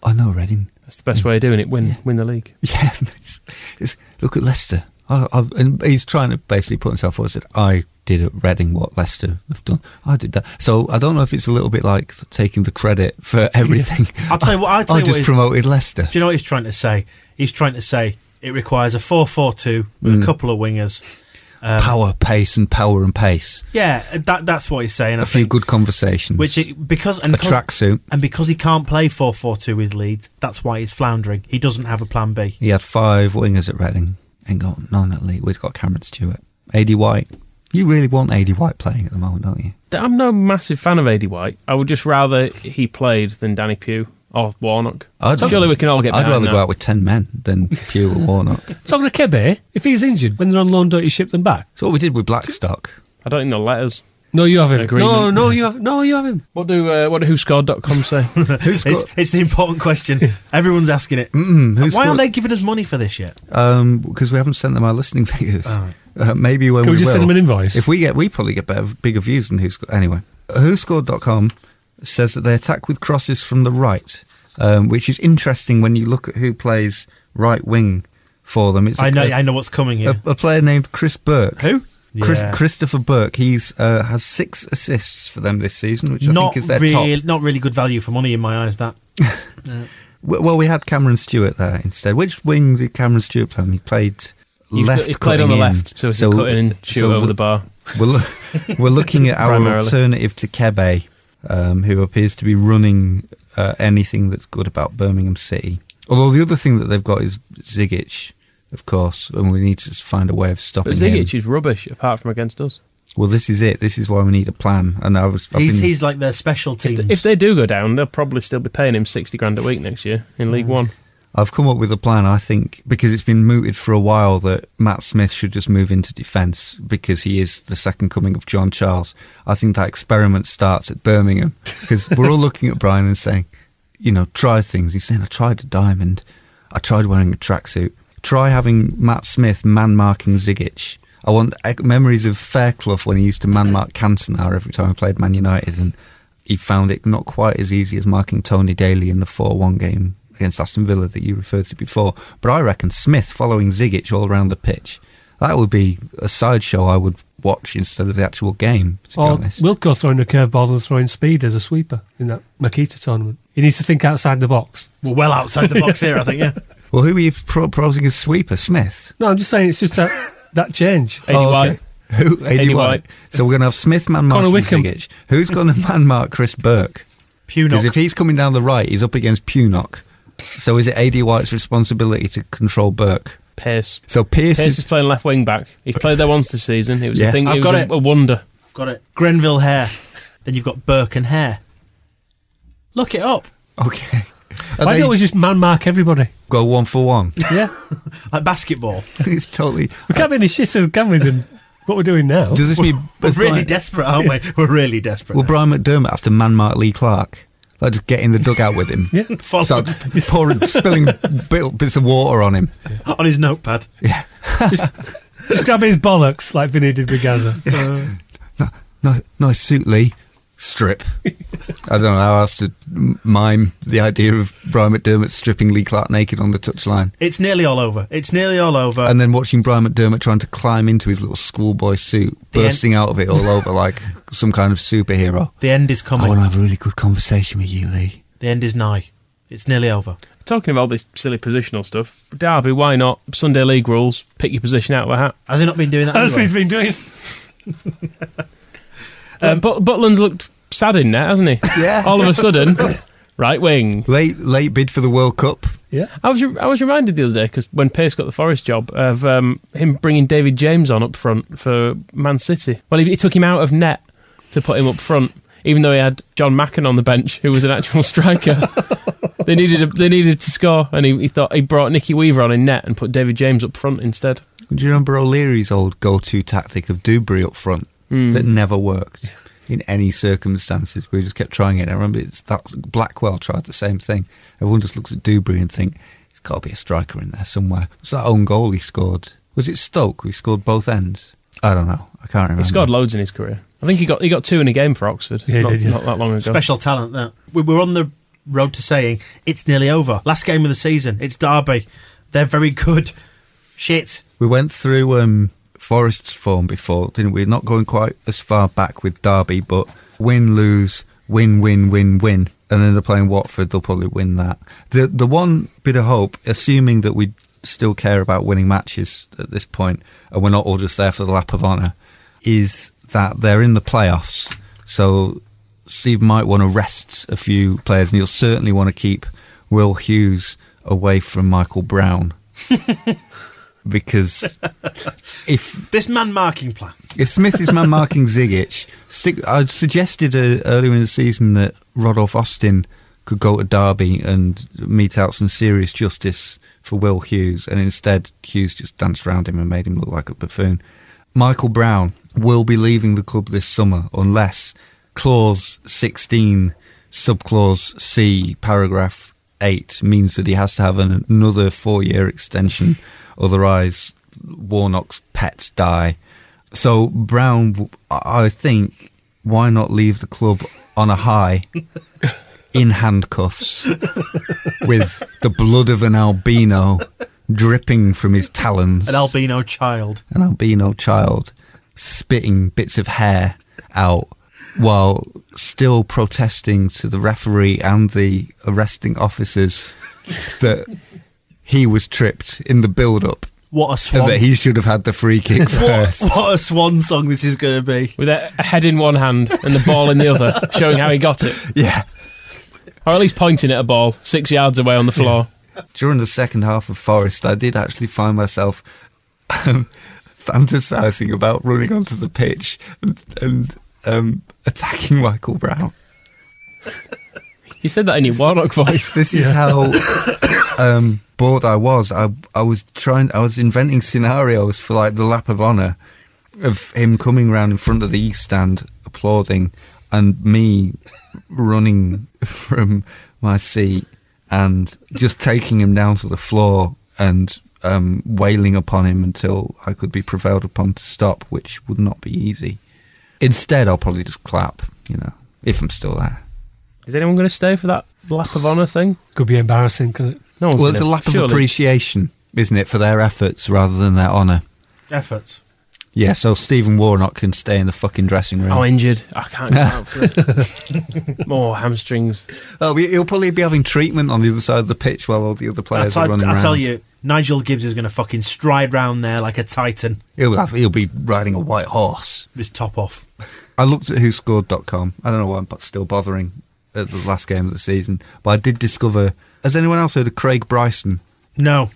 Speaker 5: I know Reading.
Speaker 4: That's the best way of doing it. Win, win the league.
Speaker 5: Yeah, it's, it's, look at Leicester." I, I, and he's trying to basically put himself forward. Said, "I did at Reading what Leicester have done. I did that." So I don't know if it's a little bit like taking the credit for everything.
Speaker 1: I'll tell you what. I'll tell
Speaker 5: I
Speaker 1: you
Speaker 5: just
Speaker 1: what he's-
Speaker 5: promoted Leicester.
Speaker 1: Do you know what he's trying to say? He's trying to say it requires a 4 4 2 with a
Speaker 5: Mm.
Speaker 1: couple of wingers. Um,
Speaker 5: power, pace, and power and pace.
Speaker 1: Yeah, that, that's what he's saying. I
Speaker 5: A few good conversations.
Speaker 1: Which it, because and
Speaker 5: A
Speaker 1: because-
Speaker 5: tracksuit.
Speaker 1: and because he can't play four four two with Leeds, that's why he's floundering. He doesn't have a plan B.
Speaker 5: He had five wingers at Reading and got none at Leeds. We've got Cameron Stewart, AD White. You really want AD White playing at the moment, don't you?
Speaker 4: I'm no massive fan of AD White. I would just rather he played than Danny Pugh or Warnock. Surely we can all get.
Speaker 5: I'd
Speaker 4: behind
Speaker 5: rather
Speaker 4: that.
Speaker 5: go out with ten men than Pugh or Warnock.
Speaker 2: Talking to Kebe, if he's injured when they're on loan, don't you ship them back?
Speaker 5: That's what we did with Blackstock.
Speaker 4: I don't think the letters.
Speaker 2: No, you have him.
Speaker 4: Agreement.
Speaker 2: No, no, you have. No, you have him.
Speaker 4: What do uh, what do WhoScored.com say?
Speaker 1: It's, it's the important question. Everyone's asking it.
Speaker 5: Mm, who
Speaker 1: Why
Speaker 5: scored-
Speaker 1: aren't they giving us money for this yet?
Speaker 5: Um, because we haven't sent them our listening figures. Uh, maybe when
Speaker 2: Can we
Speaker 5: we
Speaker 2: just send
Speaker 5: will.
Speaker 2: them an invoice?
Speaker 5: If we get, we probably get better, bigger views than who's anyway. Whoscored.com says that they attack with crosses from the right, um, which is interesting when you look at who plays right wing for them. It's
Speaker 1: I
Speaker 5: a-
Speaker 1: know.
Speaker 5: a-
Speaker 1: I know what's coming here.
Speaker 5: A, a player named Chris Burke. Who? Chris,
Speaker 1: Yeah.
Speaker 5: Christopher Burke. He's uh, has six assists for them this season, which I
Speaker 1: not
Speaker 5: think is their
Speaker 1: really,
Speaker 5: top.
Speaker 1: not really good value for money in my eyes. That
Speaker 5: W- Well, we had Cameron Stewart there instead. Which wing did Cameron Stewart play? on? He played
Speaker 4: He's-
Speaker 5: left.
Speaker 4: he played on
Speaker 5: cutting
Speaker 4: the
Speaker 5: in.
Speaker 4: left, so he can cut in and shoot over
Speaker 5: we-
Speaker 4: the bar.
Speaker 5: We're, loo- we're looking at our
Speaker 4: Primarily.
Speaker 5: alternative to Kebe, um, who appears to be running uh, anything that's good about Birmingham City. Although the other thing that they've got is Zigic, of course, and we need to find a way of
Speaker 4: But
Speaker 5: stopping him.
Speaker 4: Zigic is rubbish apart from against us.
Speaker 5: Well, this is it. This is why we need a plan. And I was, I've
Speaker 1: he's,
Speaker 5: been-
Speaker 1: he's like their special team.
Speaker 4: If they do go down, they'll probably still be paying him sixty grand a week next year in League
Speaker 5: Mm.
Speaker 4: One.
Speaker 5: I've come up with a plan. I think because it's been mooted for a while that Matt Smith should just move into defence because he is the second coming of John Charles. I think that experiment starts at Birmingham because we're all looking at Brian and saying, you know, try things. He's saying, I tried a diamond, I tried wearing a tracksuit. Try having Matt Smith man marking Zigic. I want ec- memories of Fairclough when he used to man mark Cantona every time he played Man United and he found it not quite as easy as marking Tony Daly in the 4 1 game against Aston Villa that you referred to before. But I reckon Smith following Zigic all around the pitch, that would be a sideshow I would watch instead of the actual game, to
Speaker 2: Or
Speaker 5: be honest.
Speaker 2: Wilco throwing a curveball and throwing speed as a sweeper in that Makita tournament. He needs to think outside the box.
Speaker 1: We're well outside the box here, I think. Yeah.
Speaker 5: Well, who are you pro- proposing as sweeper? Smith?
Speaker 2: No, I'm just saying it's just that, that change.
Speaker 5: Oh, okay. Who? AD White. So we're going to have Smith man
Speaker 2: Connor
Speaker 5: marking
Speaker 2: Wickham.
Speaker 5: Zigic. Who's going to man mark Chris Burke?
Speaker 1: Punock.
Speaker 5: Because if he's coming down the right, he's up against Punock. So is it AD White's responsibility to control Burke?
Speaker 4: Pierce.
Speaker 5: So
Speaker 4: Pierce,
Speaker 5: Pierce, is,
Speaker 4: is playing left wing back. He's played there once this season. It was
Speaker 5: Yeah.
Speaker 4: a thing.
Speaker 5: I've
Speaker 4: it
Speaker 5: got
Speaker 4: was a,
Speaker 5: it.
Speaker 4: a wonder.
Speaker 1: Got it. Grenville Hair. Then you've got Burke and Hare. Look it up.
Speaker 5: Okay.
Speaker 2: Why don't we just man mark everybody?
Speaker 5: Go one for one.
Speaker 2: Yeah.
Speaker 1: like basketball.
Speaker 5: it's totally.
Speaker 2: We can't be any shitter, can we, than what we're doing now?
Speaker 5: Does this mean.
Speaker 1: We're
Speaker 5: does
Speaker 1: really
Speaker 5: Brian-
Speaker 1: desperate, aren't we? We're really desperate.
Speaker 5: Will Brian McDermott have to man mark Lee Clark? Like just get in the dugout with him.
Speaker 2: yeah.
Speaker 5: So pouring, spilling bit, bits of water on him.
Speaker 1: On his notepad.
Speaker 5: Yeah.
Speaker 2: Just grab his bollocks like Vinny did with Gaza.
Speaker 5: No, nice suit, Lee. Strip. I don't know how else to m- mime the idea of Brian McDermott stripping Lee Clark naked on the touchline.
Speaker 1: It's nearly all over. It's nearly all over.
Speaker 5: And then watching Brian McDermott trying to climb into his little schoolboy suit,
Speaker 1: The en-
Speaker 5: bursting out of it all over like some kind of superhero.
Speaker 1: The end is coming.
Speaker 5: I want to have a really good conversation with you, Lee.
Speaker 1: The end is nigh. It's nearly over.
Speaker 4: Talking about this silly positional stuff, Derby, why not? Sunday League rules, pick your position out of a hat.
Speaker 1: Has he not been doing that?
Speaker 2: That's what
Speaker 1: anyway?
Speaker 2: he's been doing.
Speaker 4: Uh, but Butland's looked sad in there, hasn't he?
Speaker 5: Yeah.
Speaker 4: All of a sudden, right wing.
Speaker 5: Oh. Late, late bid for the World Cup.
Speaker 4: Yeah. I was re- I was reminded the other day because when Pace got the Forest job of um, him bringing David James on up front for Man City. Well, he, he took him out of net to put him up front, even though he had John Macken on the bench, who was an actual striker. they needed a, they needed to score, and he, he thought he brought Nicky Weaver on in net and put David James up front instead.
Speaker 5: Do you remember O'Leary's old go-to tactic of Dubry up front
Speaker 4: Mm.
Speaker 5: that never worked in any circumstances? We just kept trying it. I remember it's that Blackwell tried the same thing. Everyone just looks at Dubry and think there's got to be a striker in there somewhere. It was that own goal he scored? Was it Stoke? We scored both ends. I don't know. I can't remember.
Speaker 4: He scored loads in his career. I think he got he got two in a game for Oxford.
Speaker 2: Mm. Yeah, he
Speaker 4: not,
Speaker 2: did, yeah.
Speaker 4: not that long ago.
Speaker 1: Special talent. That we were on the road to saying it's nearly over. Last game of the season. It's Derby. They're very good. Shit.
Speaker 5: We went through um, Forest's form before, didn't we? Not going quite as far back with Derby, but win, lose, win, win, win, win. And then they're playing Watford, they'll probably win that. The, the one bit of hope, assuming that we still care about winning matches at this point, and we're not all just there for the lap of honour, is that they're in the playoffs. So Steve might want to rest a few players, and you'll certainly want to keep Will Hughes away from Michael Brown. because if
Speaker 1: This man marking plan.
Speaker 5: if Smith is man marking Zigic, Sig- I suggested uh, earlier in the season that Rodolph Austin could go to Derby and mete out some serious justice for Will Hughes, and instead Hughes just danced around him and made him look like a buffoon. Michael Brown will be leaving the club this summer unless clause 16, subclause C, paragraph 8 means that he has to have an, another four year extension, otherwise, Warnock's pets die. So, Brown, w- I I think, why not leave the club on a high in handcuffs with the blood of an albino dripping from his talons?
Speaker 1: An albino child.
Speaker 5: an albino child spitting bits of hair out while still protesting to the referee and the arresting officers that he was tripped in the build up
Speaker 1: What a swan.
Speaker 5: and that he should have had the free kick
Speaker 1: what,
Speaker 5: first.
Speaker 1: what a swan song this is going to be.
Speaker 4: with a, a head in one hand and the ball in the other, showing how he got it,
Speaker 5: Yeah.
Speaker 4: or at least pointing at a ball six yards away on the floor.
Speaker 5: During the second half of Forest, I did actually find myself um, fantasizing about running onto the pitch and, and um, attacking Michael Brown.
Speaker 4: You said that in your Warnock voice.
Speaker 5: This is how um, bored I was. I I was trying. I was inventing scenarios for like the lap of honour of him coming round in front of the east stand, applauding, and me running from my seat and just taking him down to the floor and um, wailing upon him until I could be prevailed upon to stop, which would not be easy. Instead, I'll probably just clap. You know, if I'm still there.
Speaker 4: Is anyone going to stay for that lap of honour thing?
Speaker 2: Could be embarrassing, couldn't it?
Speaker 4: No one's
Speaker 5: Well, it's a
Speaker 4: gonna,
Speaker 5: lack of
Speaker 4: surely.
Speaker 5: appreciation, isn't it, for their efforts rather than their honour.
Speaker 1: Efforts.
Speaker 5: Yeah, so Stephen Warnock can stay in the fucking dressing room.
Speaker 4: Oh, injured. I can't get out for it. More hamstrings.
Speaker 5: Oh, he- he'll probably be having treatment on the other side of the pitch while all the other
Speaker 1: I
Speaker 5: players are running around.
Speaker 1: tell you, Nigel Gibbs is going to fucking stride round there like a titan.
Speaker 5: He'll, have, he'll be riding a white horse.
Speaker 1: With his top off.
Speaker 5: I looked at whoscored.com. I don't know why I'm bo- still bothering at the last game of the season, but I did discover. Has anyone else heard of Craig Bryson?
Speaker 1: No.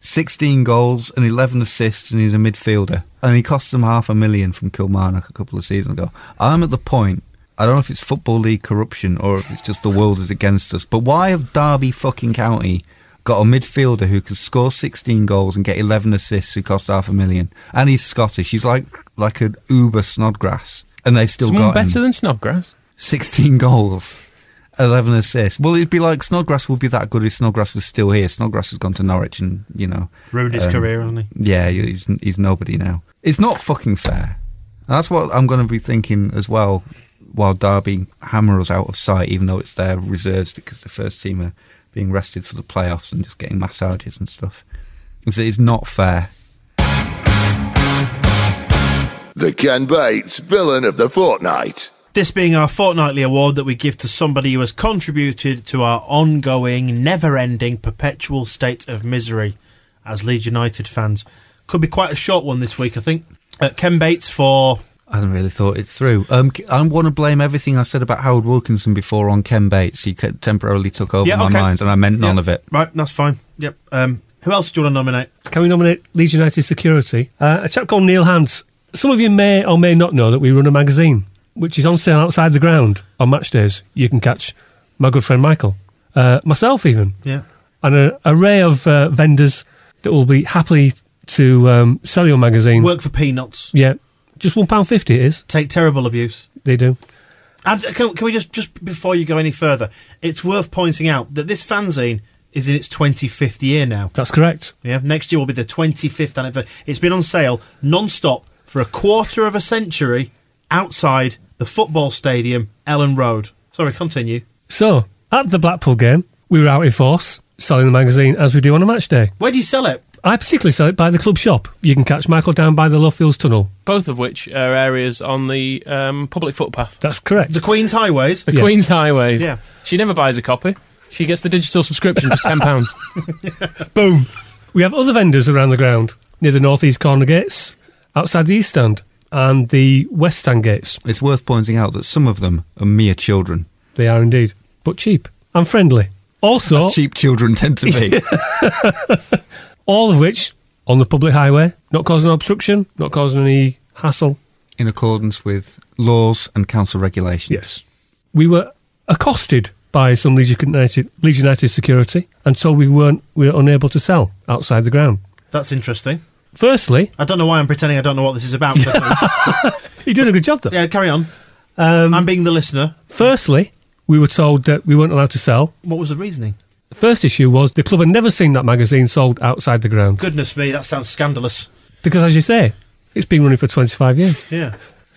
Speaker 5: 16 goals and 11 assists, and he's a midfielder. And he cost them half a million from Kilmarnock a couple of seasons ago. I'm at the point, I don't know if it's Football League corruption or if it's just the world is against us, but why have Derby fucking County got a midfielder who can score 16 goals and get 11 assists who cost half a million? And he's Scottish. He's like like an uber Snodgrass. And they've still
Speaker 4: Someone
Speaker 5: got him.
Speaker 4: better than Snodgrass.
Speaker 5: 16 goals, 11 assists. Well, it'd be like Snodgrass would be that good if Snodgrass was still here. Snodgrass has gone to Norwich and, you know.
Speaker 1: Ruined
Speaker 5: Um,
Speaker 1: his career, hasn't he?
Speaker 5: Yeah, he's, he's nobody now. It's not fucking fair. And that's what I'm going to be thinking as well while Derby hammer us out of sight, even though it's their reserves because the first team are being rested for the playoffs and just getting massages and stuff. It's, it's not fair.
Speaker 3: The Ken Bates Villain of the Fortnight.
Speaker 1: This being our fortnightly award that we give to somebody who has contributed to our ongoing, never ending, perpetual state of misery as Leeds United fans. Could be quite a short one this week, I think. Uh, Ken Bates for.
Speaker 5: I hadn't really thought it through. Um, I want to blame everything I said about Howard Wilkinson before on Ken Bates. He ca- temporarily took over
Speaker 1: Yeah,
Speaker 5: my
Speaker 1: okay.
Speaker 5: mind, and I meant none
Speaker 1: Yeah,
Speaker 5: of it.
Speaker 1: Right, that's fine. Yep. Um, who else do you want to nominate?
Speaker 2: Can we nominate Leeds United Security? Uh, a chap called Neil Hans. Some of you may or may not know that we run a magazine which is on sale outside the ground on match days. You can catch my good friend Michael, uh, myself even,
Speaker 1: Yeah.
Speaker 2: and an array of uh, vendors that will be happily to um, sell your
Speaker 5: Mm.
Speaker 2: magazine.
Speaker 1: Work for peanuts.
Speaker 2: Yeah, just one pound fifty it is.
Speaker 1: Take terrible abuse.
Speaker 2: They do.
Speaker 1: And uh, can, can we just, just before you go any further, it's worth pointing out that this fanzine is in its 25th year now.
Speaker 2: That's correct.
Speaker 1: Yeah, next year will be the 25th anniversary. It's been on sale non stop for a quarter of a century outside the football stadium, Ellen Road. Sorry, continue.
Speaker 2: So at the Blackpool game, we were out in force selling the magazine as we do on a match day.
Speaker 1: Where do you sell it?
Speaker 2: I particularly sell it by the club shop. You can catch Michael down by the Lovefields Tunnel.
Speaker 4: Both of which are areas on the um, public footpath.
Speaker 2: That's correct.
Speaker 1: The Queen's Highways.
Speaker 4: The Queen's Highways.
Speaker 1: Yeah.
Speaker 4: She never buys a copy. She gets the digital subscription for ten pounds.
Speaker 2: Boom. We have other vendors around the ground near the northeast corner gates, outside the east stand, and the west stand gates.
Speaker 5: It's worth pointing out that some of them are mere children.
Speaker 2: They are indeed, but cheap and friendly.
Speaker 1: Oh.
Speaker 2: Also,
Speaker 5: As cheap children tend to be.
Speaker 2: all of which on the public highway, not causing obstruction, not causing any hassle.
Speaker 5: in accordance with laws and council regulations. Yes.
Speaker 2: We were accosted by some Leeds United, Leeds United security, and so we weren't we were unable to sell outside the ground.
Speaker 1: That's interesting.
Speaker 2: Firstly,
Speaker 1: I don't know why I'm pretending I don't know what this is about.
Speaker 2: You're doing a good job, though.
Speaker 1: Yeah, carry on.
Speaker 2: Um,
Speaker 1: I'm being the listener.
Speaker 2: Firstly, we were told that we weren't allowed to sell.
Speaker 1: What was the reasoning?
Speaker 2: The first issue was the club had never seen that magazine sold outside the ground.
Speaker 1: Goodness me, that sounds scandalous.
Speaker 2: Because, as you say, it's been running for 25 years.
Speaker 1: Yeah.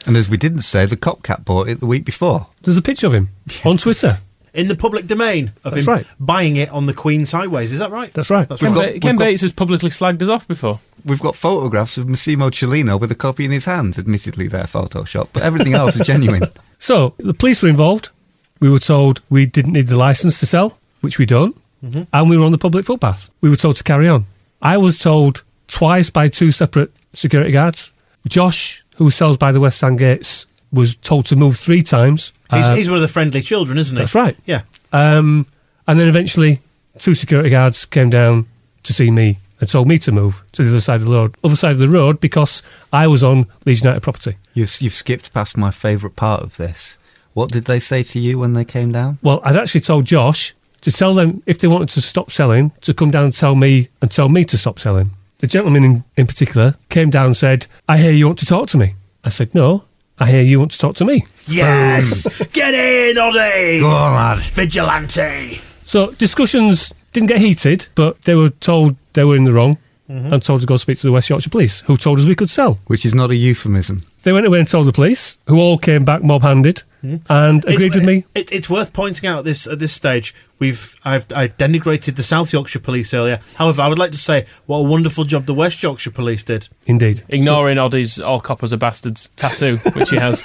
Speaker 5: And as we didn't say, the cop cat bought it the week before.
Speaker 2: There's a picture of him on Twitter.
Speaker 1: In the public domain of
Speaker 2: That's
Speaker 1: him
Speaker 2: right.
Speaker 1: buying it on the Queen's Highways. Is that right?
Speaker 2: That's right.
Speaker 1: That's
Speaker 4: Ken,
Speaker 1: right.
Speaker 4: Ba- Ken Bates has publicly slagged us off before.
Speaker 5: We've got photographs of Massimo Cellino with a copy in his hand. Admittedly, they're Photoshop, but everything else is genuine.
Speaker 2: So, the police were involved. We were told we didn't need the license to sell, which we don't. And we were on the public footpath. We were told to carry on. I was told twice by two separate security guards. Josh, who sells by the West End Gates, was told to move three times.
Speaker 1: He's,
Speaker 2: Uh,
Speaker 1: he's one of the friendly children, isn't he?
Speaker 2: That's right.
Speaker 1: Yeah.
Speaker 2: Um, and then eventually, two security guards came down to see me and told me to move to the other side of the road, other side of the road, because I was on Leeds United property.
Speaker 5: You've, you've skipped past my favourite part of this. What did they say to you when they came down?
Speaker 2: Well, I'd actually told Josh to tell them if they wanted to stop selling to come down and tell me and tell me to stop selling. The gentleman in, in particular came down and said, "I hear you want to talk to me." I said, "No, I hear you want to talk to me."
Speaker 1: Yes! Get in, Oddy!
Speaker 2: Go on, lad.
Speaker 1: Vigilante!
Speaker 2: So discussions didn't get heated, but they were told they were in the wrong
Speaker 1: Mhm.
Speaker 2: and told to go speak to the West Yorkshire Police, who told us we could sell.
Speaker 5: Which is not a euphemism.
Speaker 2: They went away and told the police, who all came back mob-handed and agreed
Speaker 1: Hmm. It's-
Speaker 2: with me.
Speaker 1: It, it's worth pointing out at this at this stage. We've I've I denigrated the South Yorkshire Police earlier. However, I would like to say what a wonderful job the West Yorkshire Police did.
Speaker 2: Indeed.
Speaker 4: Ignoring Oddie's all coppers are bastards tattoo, which he has.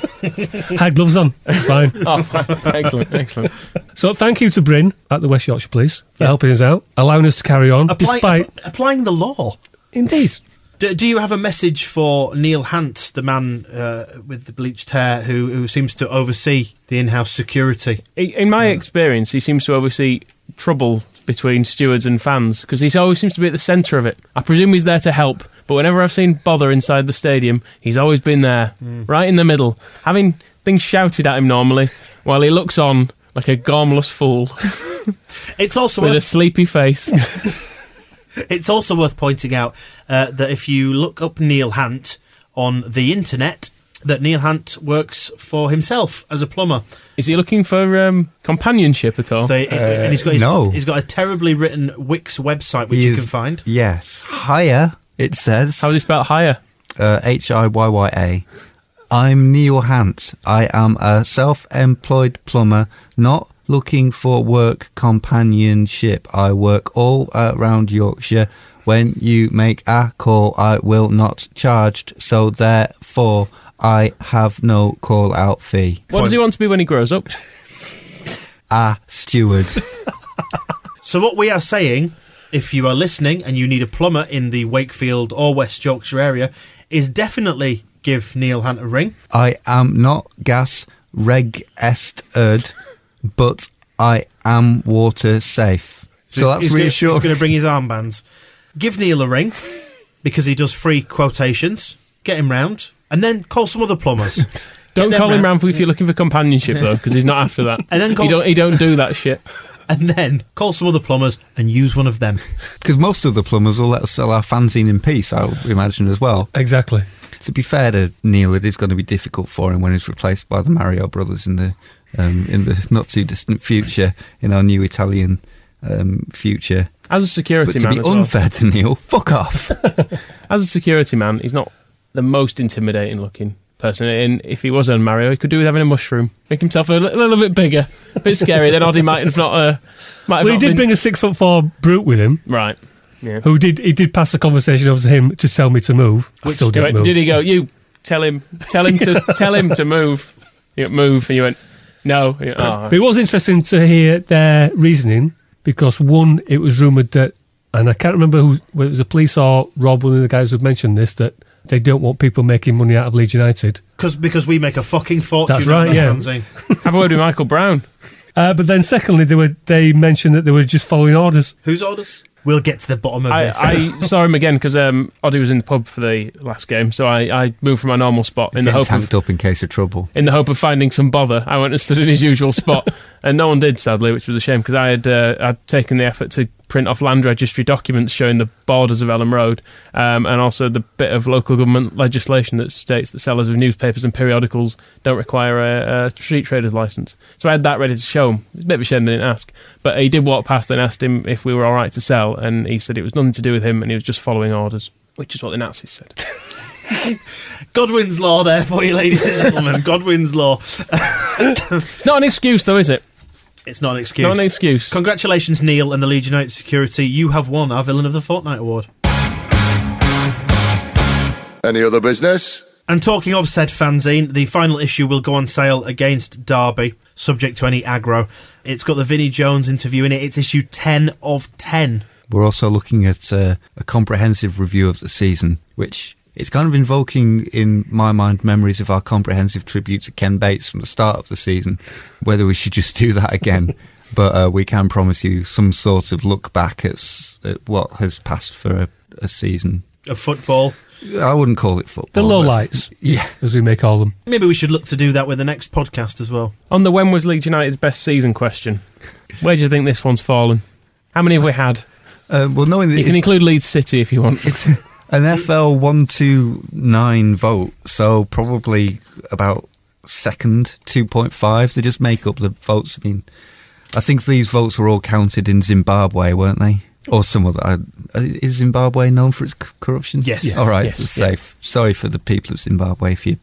Speaker 2: Had gloves on. It's fine.
Speaker 4: oh, fine. excellent, excellent.
Speaker 2: So thank you to Bryn at the West Yorkshire Police for helping us out, allowing us to carry on
Speaker 1: Apply-
Speaker 2: despite
Speaker 1: app- applying the law.
Speaker 2: Indeed.
Speaker 1: Do, do you have a message for Neil Hant, the man uh, with the bleached hair who, who seems to oversee the in-house security?
Speaker 4: I- In my experience, he seems to oversee trouble between stewards and fans because he always seems to be at the centre of it. I presume he's there to help, Mm. but whenever I've seen bother inside the stadium, he's always been there, right in the middle, having Things shouted at him normally, while he looks on like a gormless fool.
Speaker 1: it's also
Speaker 4: with
Speaker 1: worth-
Speaker 4: a sleepy face.
Speaker 1: It's also worth pointing out uh, that if you look up Neil Hunt on the internet, that Neil Hunt works for himself as a plumber.
Speaker 4: Is he looking for um, companionship at all?
Speaker 1: They,
Speaker 4: Uh,
Speaker 1: and he's got his,
Speaker 4: no.
Speaker 1: He's got a terribly written Wix website which
Speaker 5: He
Speaker 1: you
Speaker 5: is-
Speaker 1: can find.
Speaker 5: Yes. Higher, it says. How
Speaker 4: is it spelled higher?
Speaker 5: Uh, H I Y Y A. I'm Neil Hant. I am a self employed plumber, not looking for work companionship. I work all around Yorkshire. When you make a call, I will not charged, so therefore I have no call out fee.
Speaker 4: What does he want to be when he grows up?
Speaker 5: A steward.
Speaker 1: So what we are saying, if you are listening and you need a plumber in the Wakefield or West Yorkshire area, is definitely give Neil Hunt a ring.
Speaker 5: I am not gas reg erd, but I am water safe. So that's
Speaker 1: he's
Speaker 5: reassuring.
Speaker 1: Gonna, he's going to bring his armbands. Give Neil a ring because he does free quotations. Get him round, and then call some other plumbers.
Speaker 4: Don't
Speaker 1: Get them
Speaker 4: call him round for if you're
Speaker 1: Yeah.
Speaker 4: looking for companionship though, because he's not after that.
Speaker 1: And then
Speaker 4: he
Speaker 1: call-
Speaker 4: don't he don't do that shit.
Speaker 1: And then call some other plumbers and use one of them.
Speaker 5: Because most of the plumbers will let us sell our fanzine in peace, I would imagine, as well.
Speaker 2: Exactly.
Speaker 5: To be fair to Neil, it is going to be difficult for him when he's replaced by the Mario brothers in the um, in the not too distant future in our new Italian um, future.
Speaker 4: As a security
Speaker 5: but to
Speaker 4: man,
Speaker 5: be
Speaker 4: as well.
Speaker 5: unfair to Neil, fuck off.
Speaker 4: As a security man, he's not the most intimidating looking person. And if he was on Mario, he could do with having a mushroom, make himself a li- little bit bigger, a bit scary. then Oddie might have not. Uh, might have
Speaker 2: well, he
Speaker 4: not
Speaker 2: did
Speaker 4: been-
Speaker 2: bring a six foot four brute with him,
Speaker 4: right? Yeah.
Speaker 2: Who did he did pass the conversation over to him to tell me to move? I
Speaker 4: Which-
Speaker 2: still
Speaker 4: you
Speaker 2: didn't
Speaker 4: went-
Speaker 2: move.
Speaker 4: Did he go? You tell him, tell him to tell him to move. You went, move, and you went no. And you went, "Oh."
Speaker 2: But it was interesting to hear their reasoning because one, it was rumoured that, and I can't remember who whether it was the police or Rob, one of the guys who mentioned this, that they don't want people making money out of Leeds United.
Speaker 1: Because because we make a fucking fortune.
Speaker 2: That's
Speaker 1: out
Speaker 2: right,
Speaker 1: of that
Speaker 2: yeah.
Speaker 1: fanzine.
Speaker 4: Have a word with Michael Brown.
Speaker 2: Uh, but then secondly, they were they mentioned that they were just following orders.
Speaker 1: Whose orders? We'll get to the bottom of
Speaker 4: I,
Speaker 1: this.
Speaker 4: I saw him again because um, Oddie was in the pub for the last game, so I, I moved from my normal spot in the
Speaker 5: Getting
Speaker 4: hope of
Speaker 5: tanked up in case of trouble.
Speaker 4: in the hope of finding some bother. I went and stood in his usual spot, and no one did, sadly, which was a shame because I had uh, I'd taken the effort to print off land registry documents showing the borders of Elm Road, um, and also the bit of local government legislation that states that sellers of newspapers and periodicals don't require a, a street trader's license. So I had that ready to show him. It's a bit of a shame they didn't ask, but he did walk past and asked him if we were all right to sell, and he said it was nothing to do with him, and he was just following orders, which is what the Nazis said.
Speaker 1: Godwin's law there for you, ladies and gentlemen. Godwin's law.
Speaker 4: it's not an excuse, though, is it?
Speaker 1: It's not an excuse.
Speaker 4: Not an excuse.
Speaker 1: Congratulations, Neil and the Legion United Security. You have won our Villain of the Fortnight Award.
Speaker 3: Any other business?
Speaker 1: And talking of said fanzine, the final issue will go on sale against Derby, subject to any aggro. It's got the Vinnie Jones interview in it. It's issue 10 of 10.
Speaker 5: We're also looking at uh, a comprehensive review of the season, which it's kind of invoking in my mind memories of our comprehensive tribute to Ken Bates from the start of the season. Whether we should just do that again, but uh, we can promise you some sort of look back at, s- at what has passed for a, a season.
Speaker 1: Of football.
Speaker 5: I wouldn't call it
Speaker 2: The
Speaker 5: football.
Speaker 2: low
Speaker 5: That's-
Speaker 2: lights, yeah, as we may call them.
Speaker 1: Maybe we should look to do that with the next podcast as well.
Speaker 4: On the when was Leeds United's best season question, where do you think this one's fallen? How many have we had?
Speaker 5: Um, well, knowing that
Speaker 4: you can
Speaker 5: it-
Speaker 4: include Leeds City if you want.
Speaker 5: An FL one two nine vote, so probably about second two point five. They just make up the votes. I mean, I think these votes were all counted in Zimbabwe, weren't they? Or some other. I- Is Zimbabwe known for its c- corruption?
Speaker 4: Yes. Yes.
Speaker 5: All right,
Speaker 4: Yes.
Speaker 5: it's safe. Sorry for the people of Zimbabwe if you.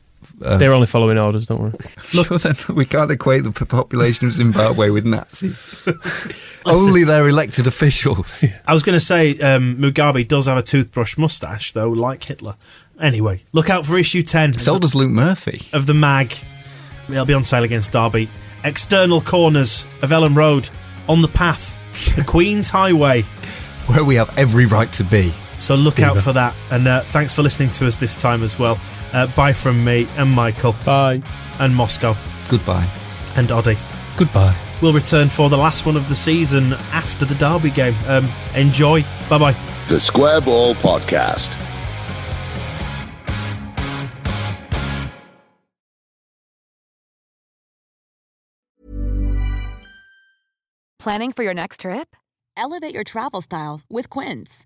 Speaker 5: Uh,
Speaker 4: They're only following orders, don't worry.
Speaker 5: Look, then we can't equate the p- population of Zimbabwe with Nazis. Only their elected officials.
Speaker 1: I was going to say um, Mugabe does have a toothbrush mustache, though, like Hitler. Anyway, look out for issue 10.
Speaker 5: So does Luke Murphy.
Speaker 1: Of the mag. It'll be on sale against Derby. External corners of Ellen Road. On the path. The Queen's Highway.
Speaker 5: Where we have every right to be.
Speaker 1: So look out
Speaker 5: Beaver.
Speaker 1: for that. And uh, thanks for listening to us this time as well. Uh, bye from me and Michael.
Speaker 4: Bye.
Speaker 1: And Moscow.
Speaker 5: Goodbye.
Speaker 1: And Oddie.
Speaker 2: Goodbye.
Speaker 1: We'll return for the last one of the season after the Derby game. Um, enjoy. Bye bye.
Speaker 3: The Square Ball Podcast.
Speaker 2: Planning for your next trip? Elevate your travel style with Quince.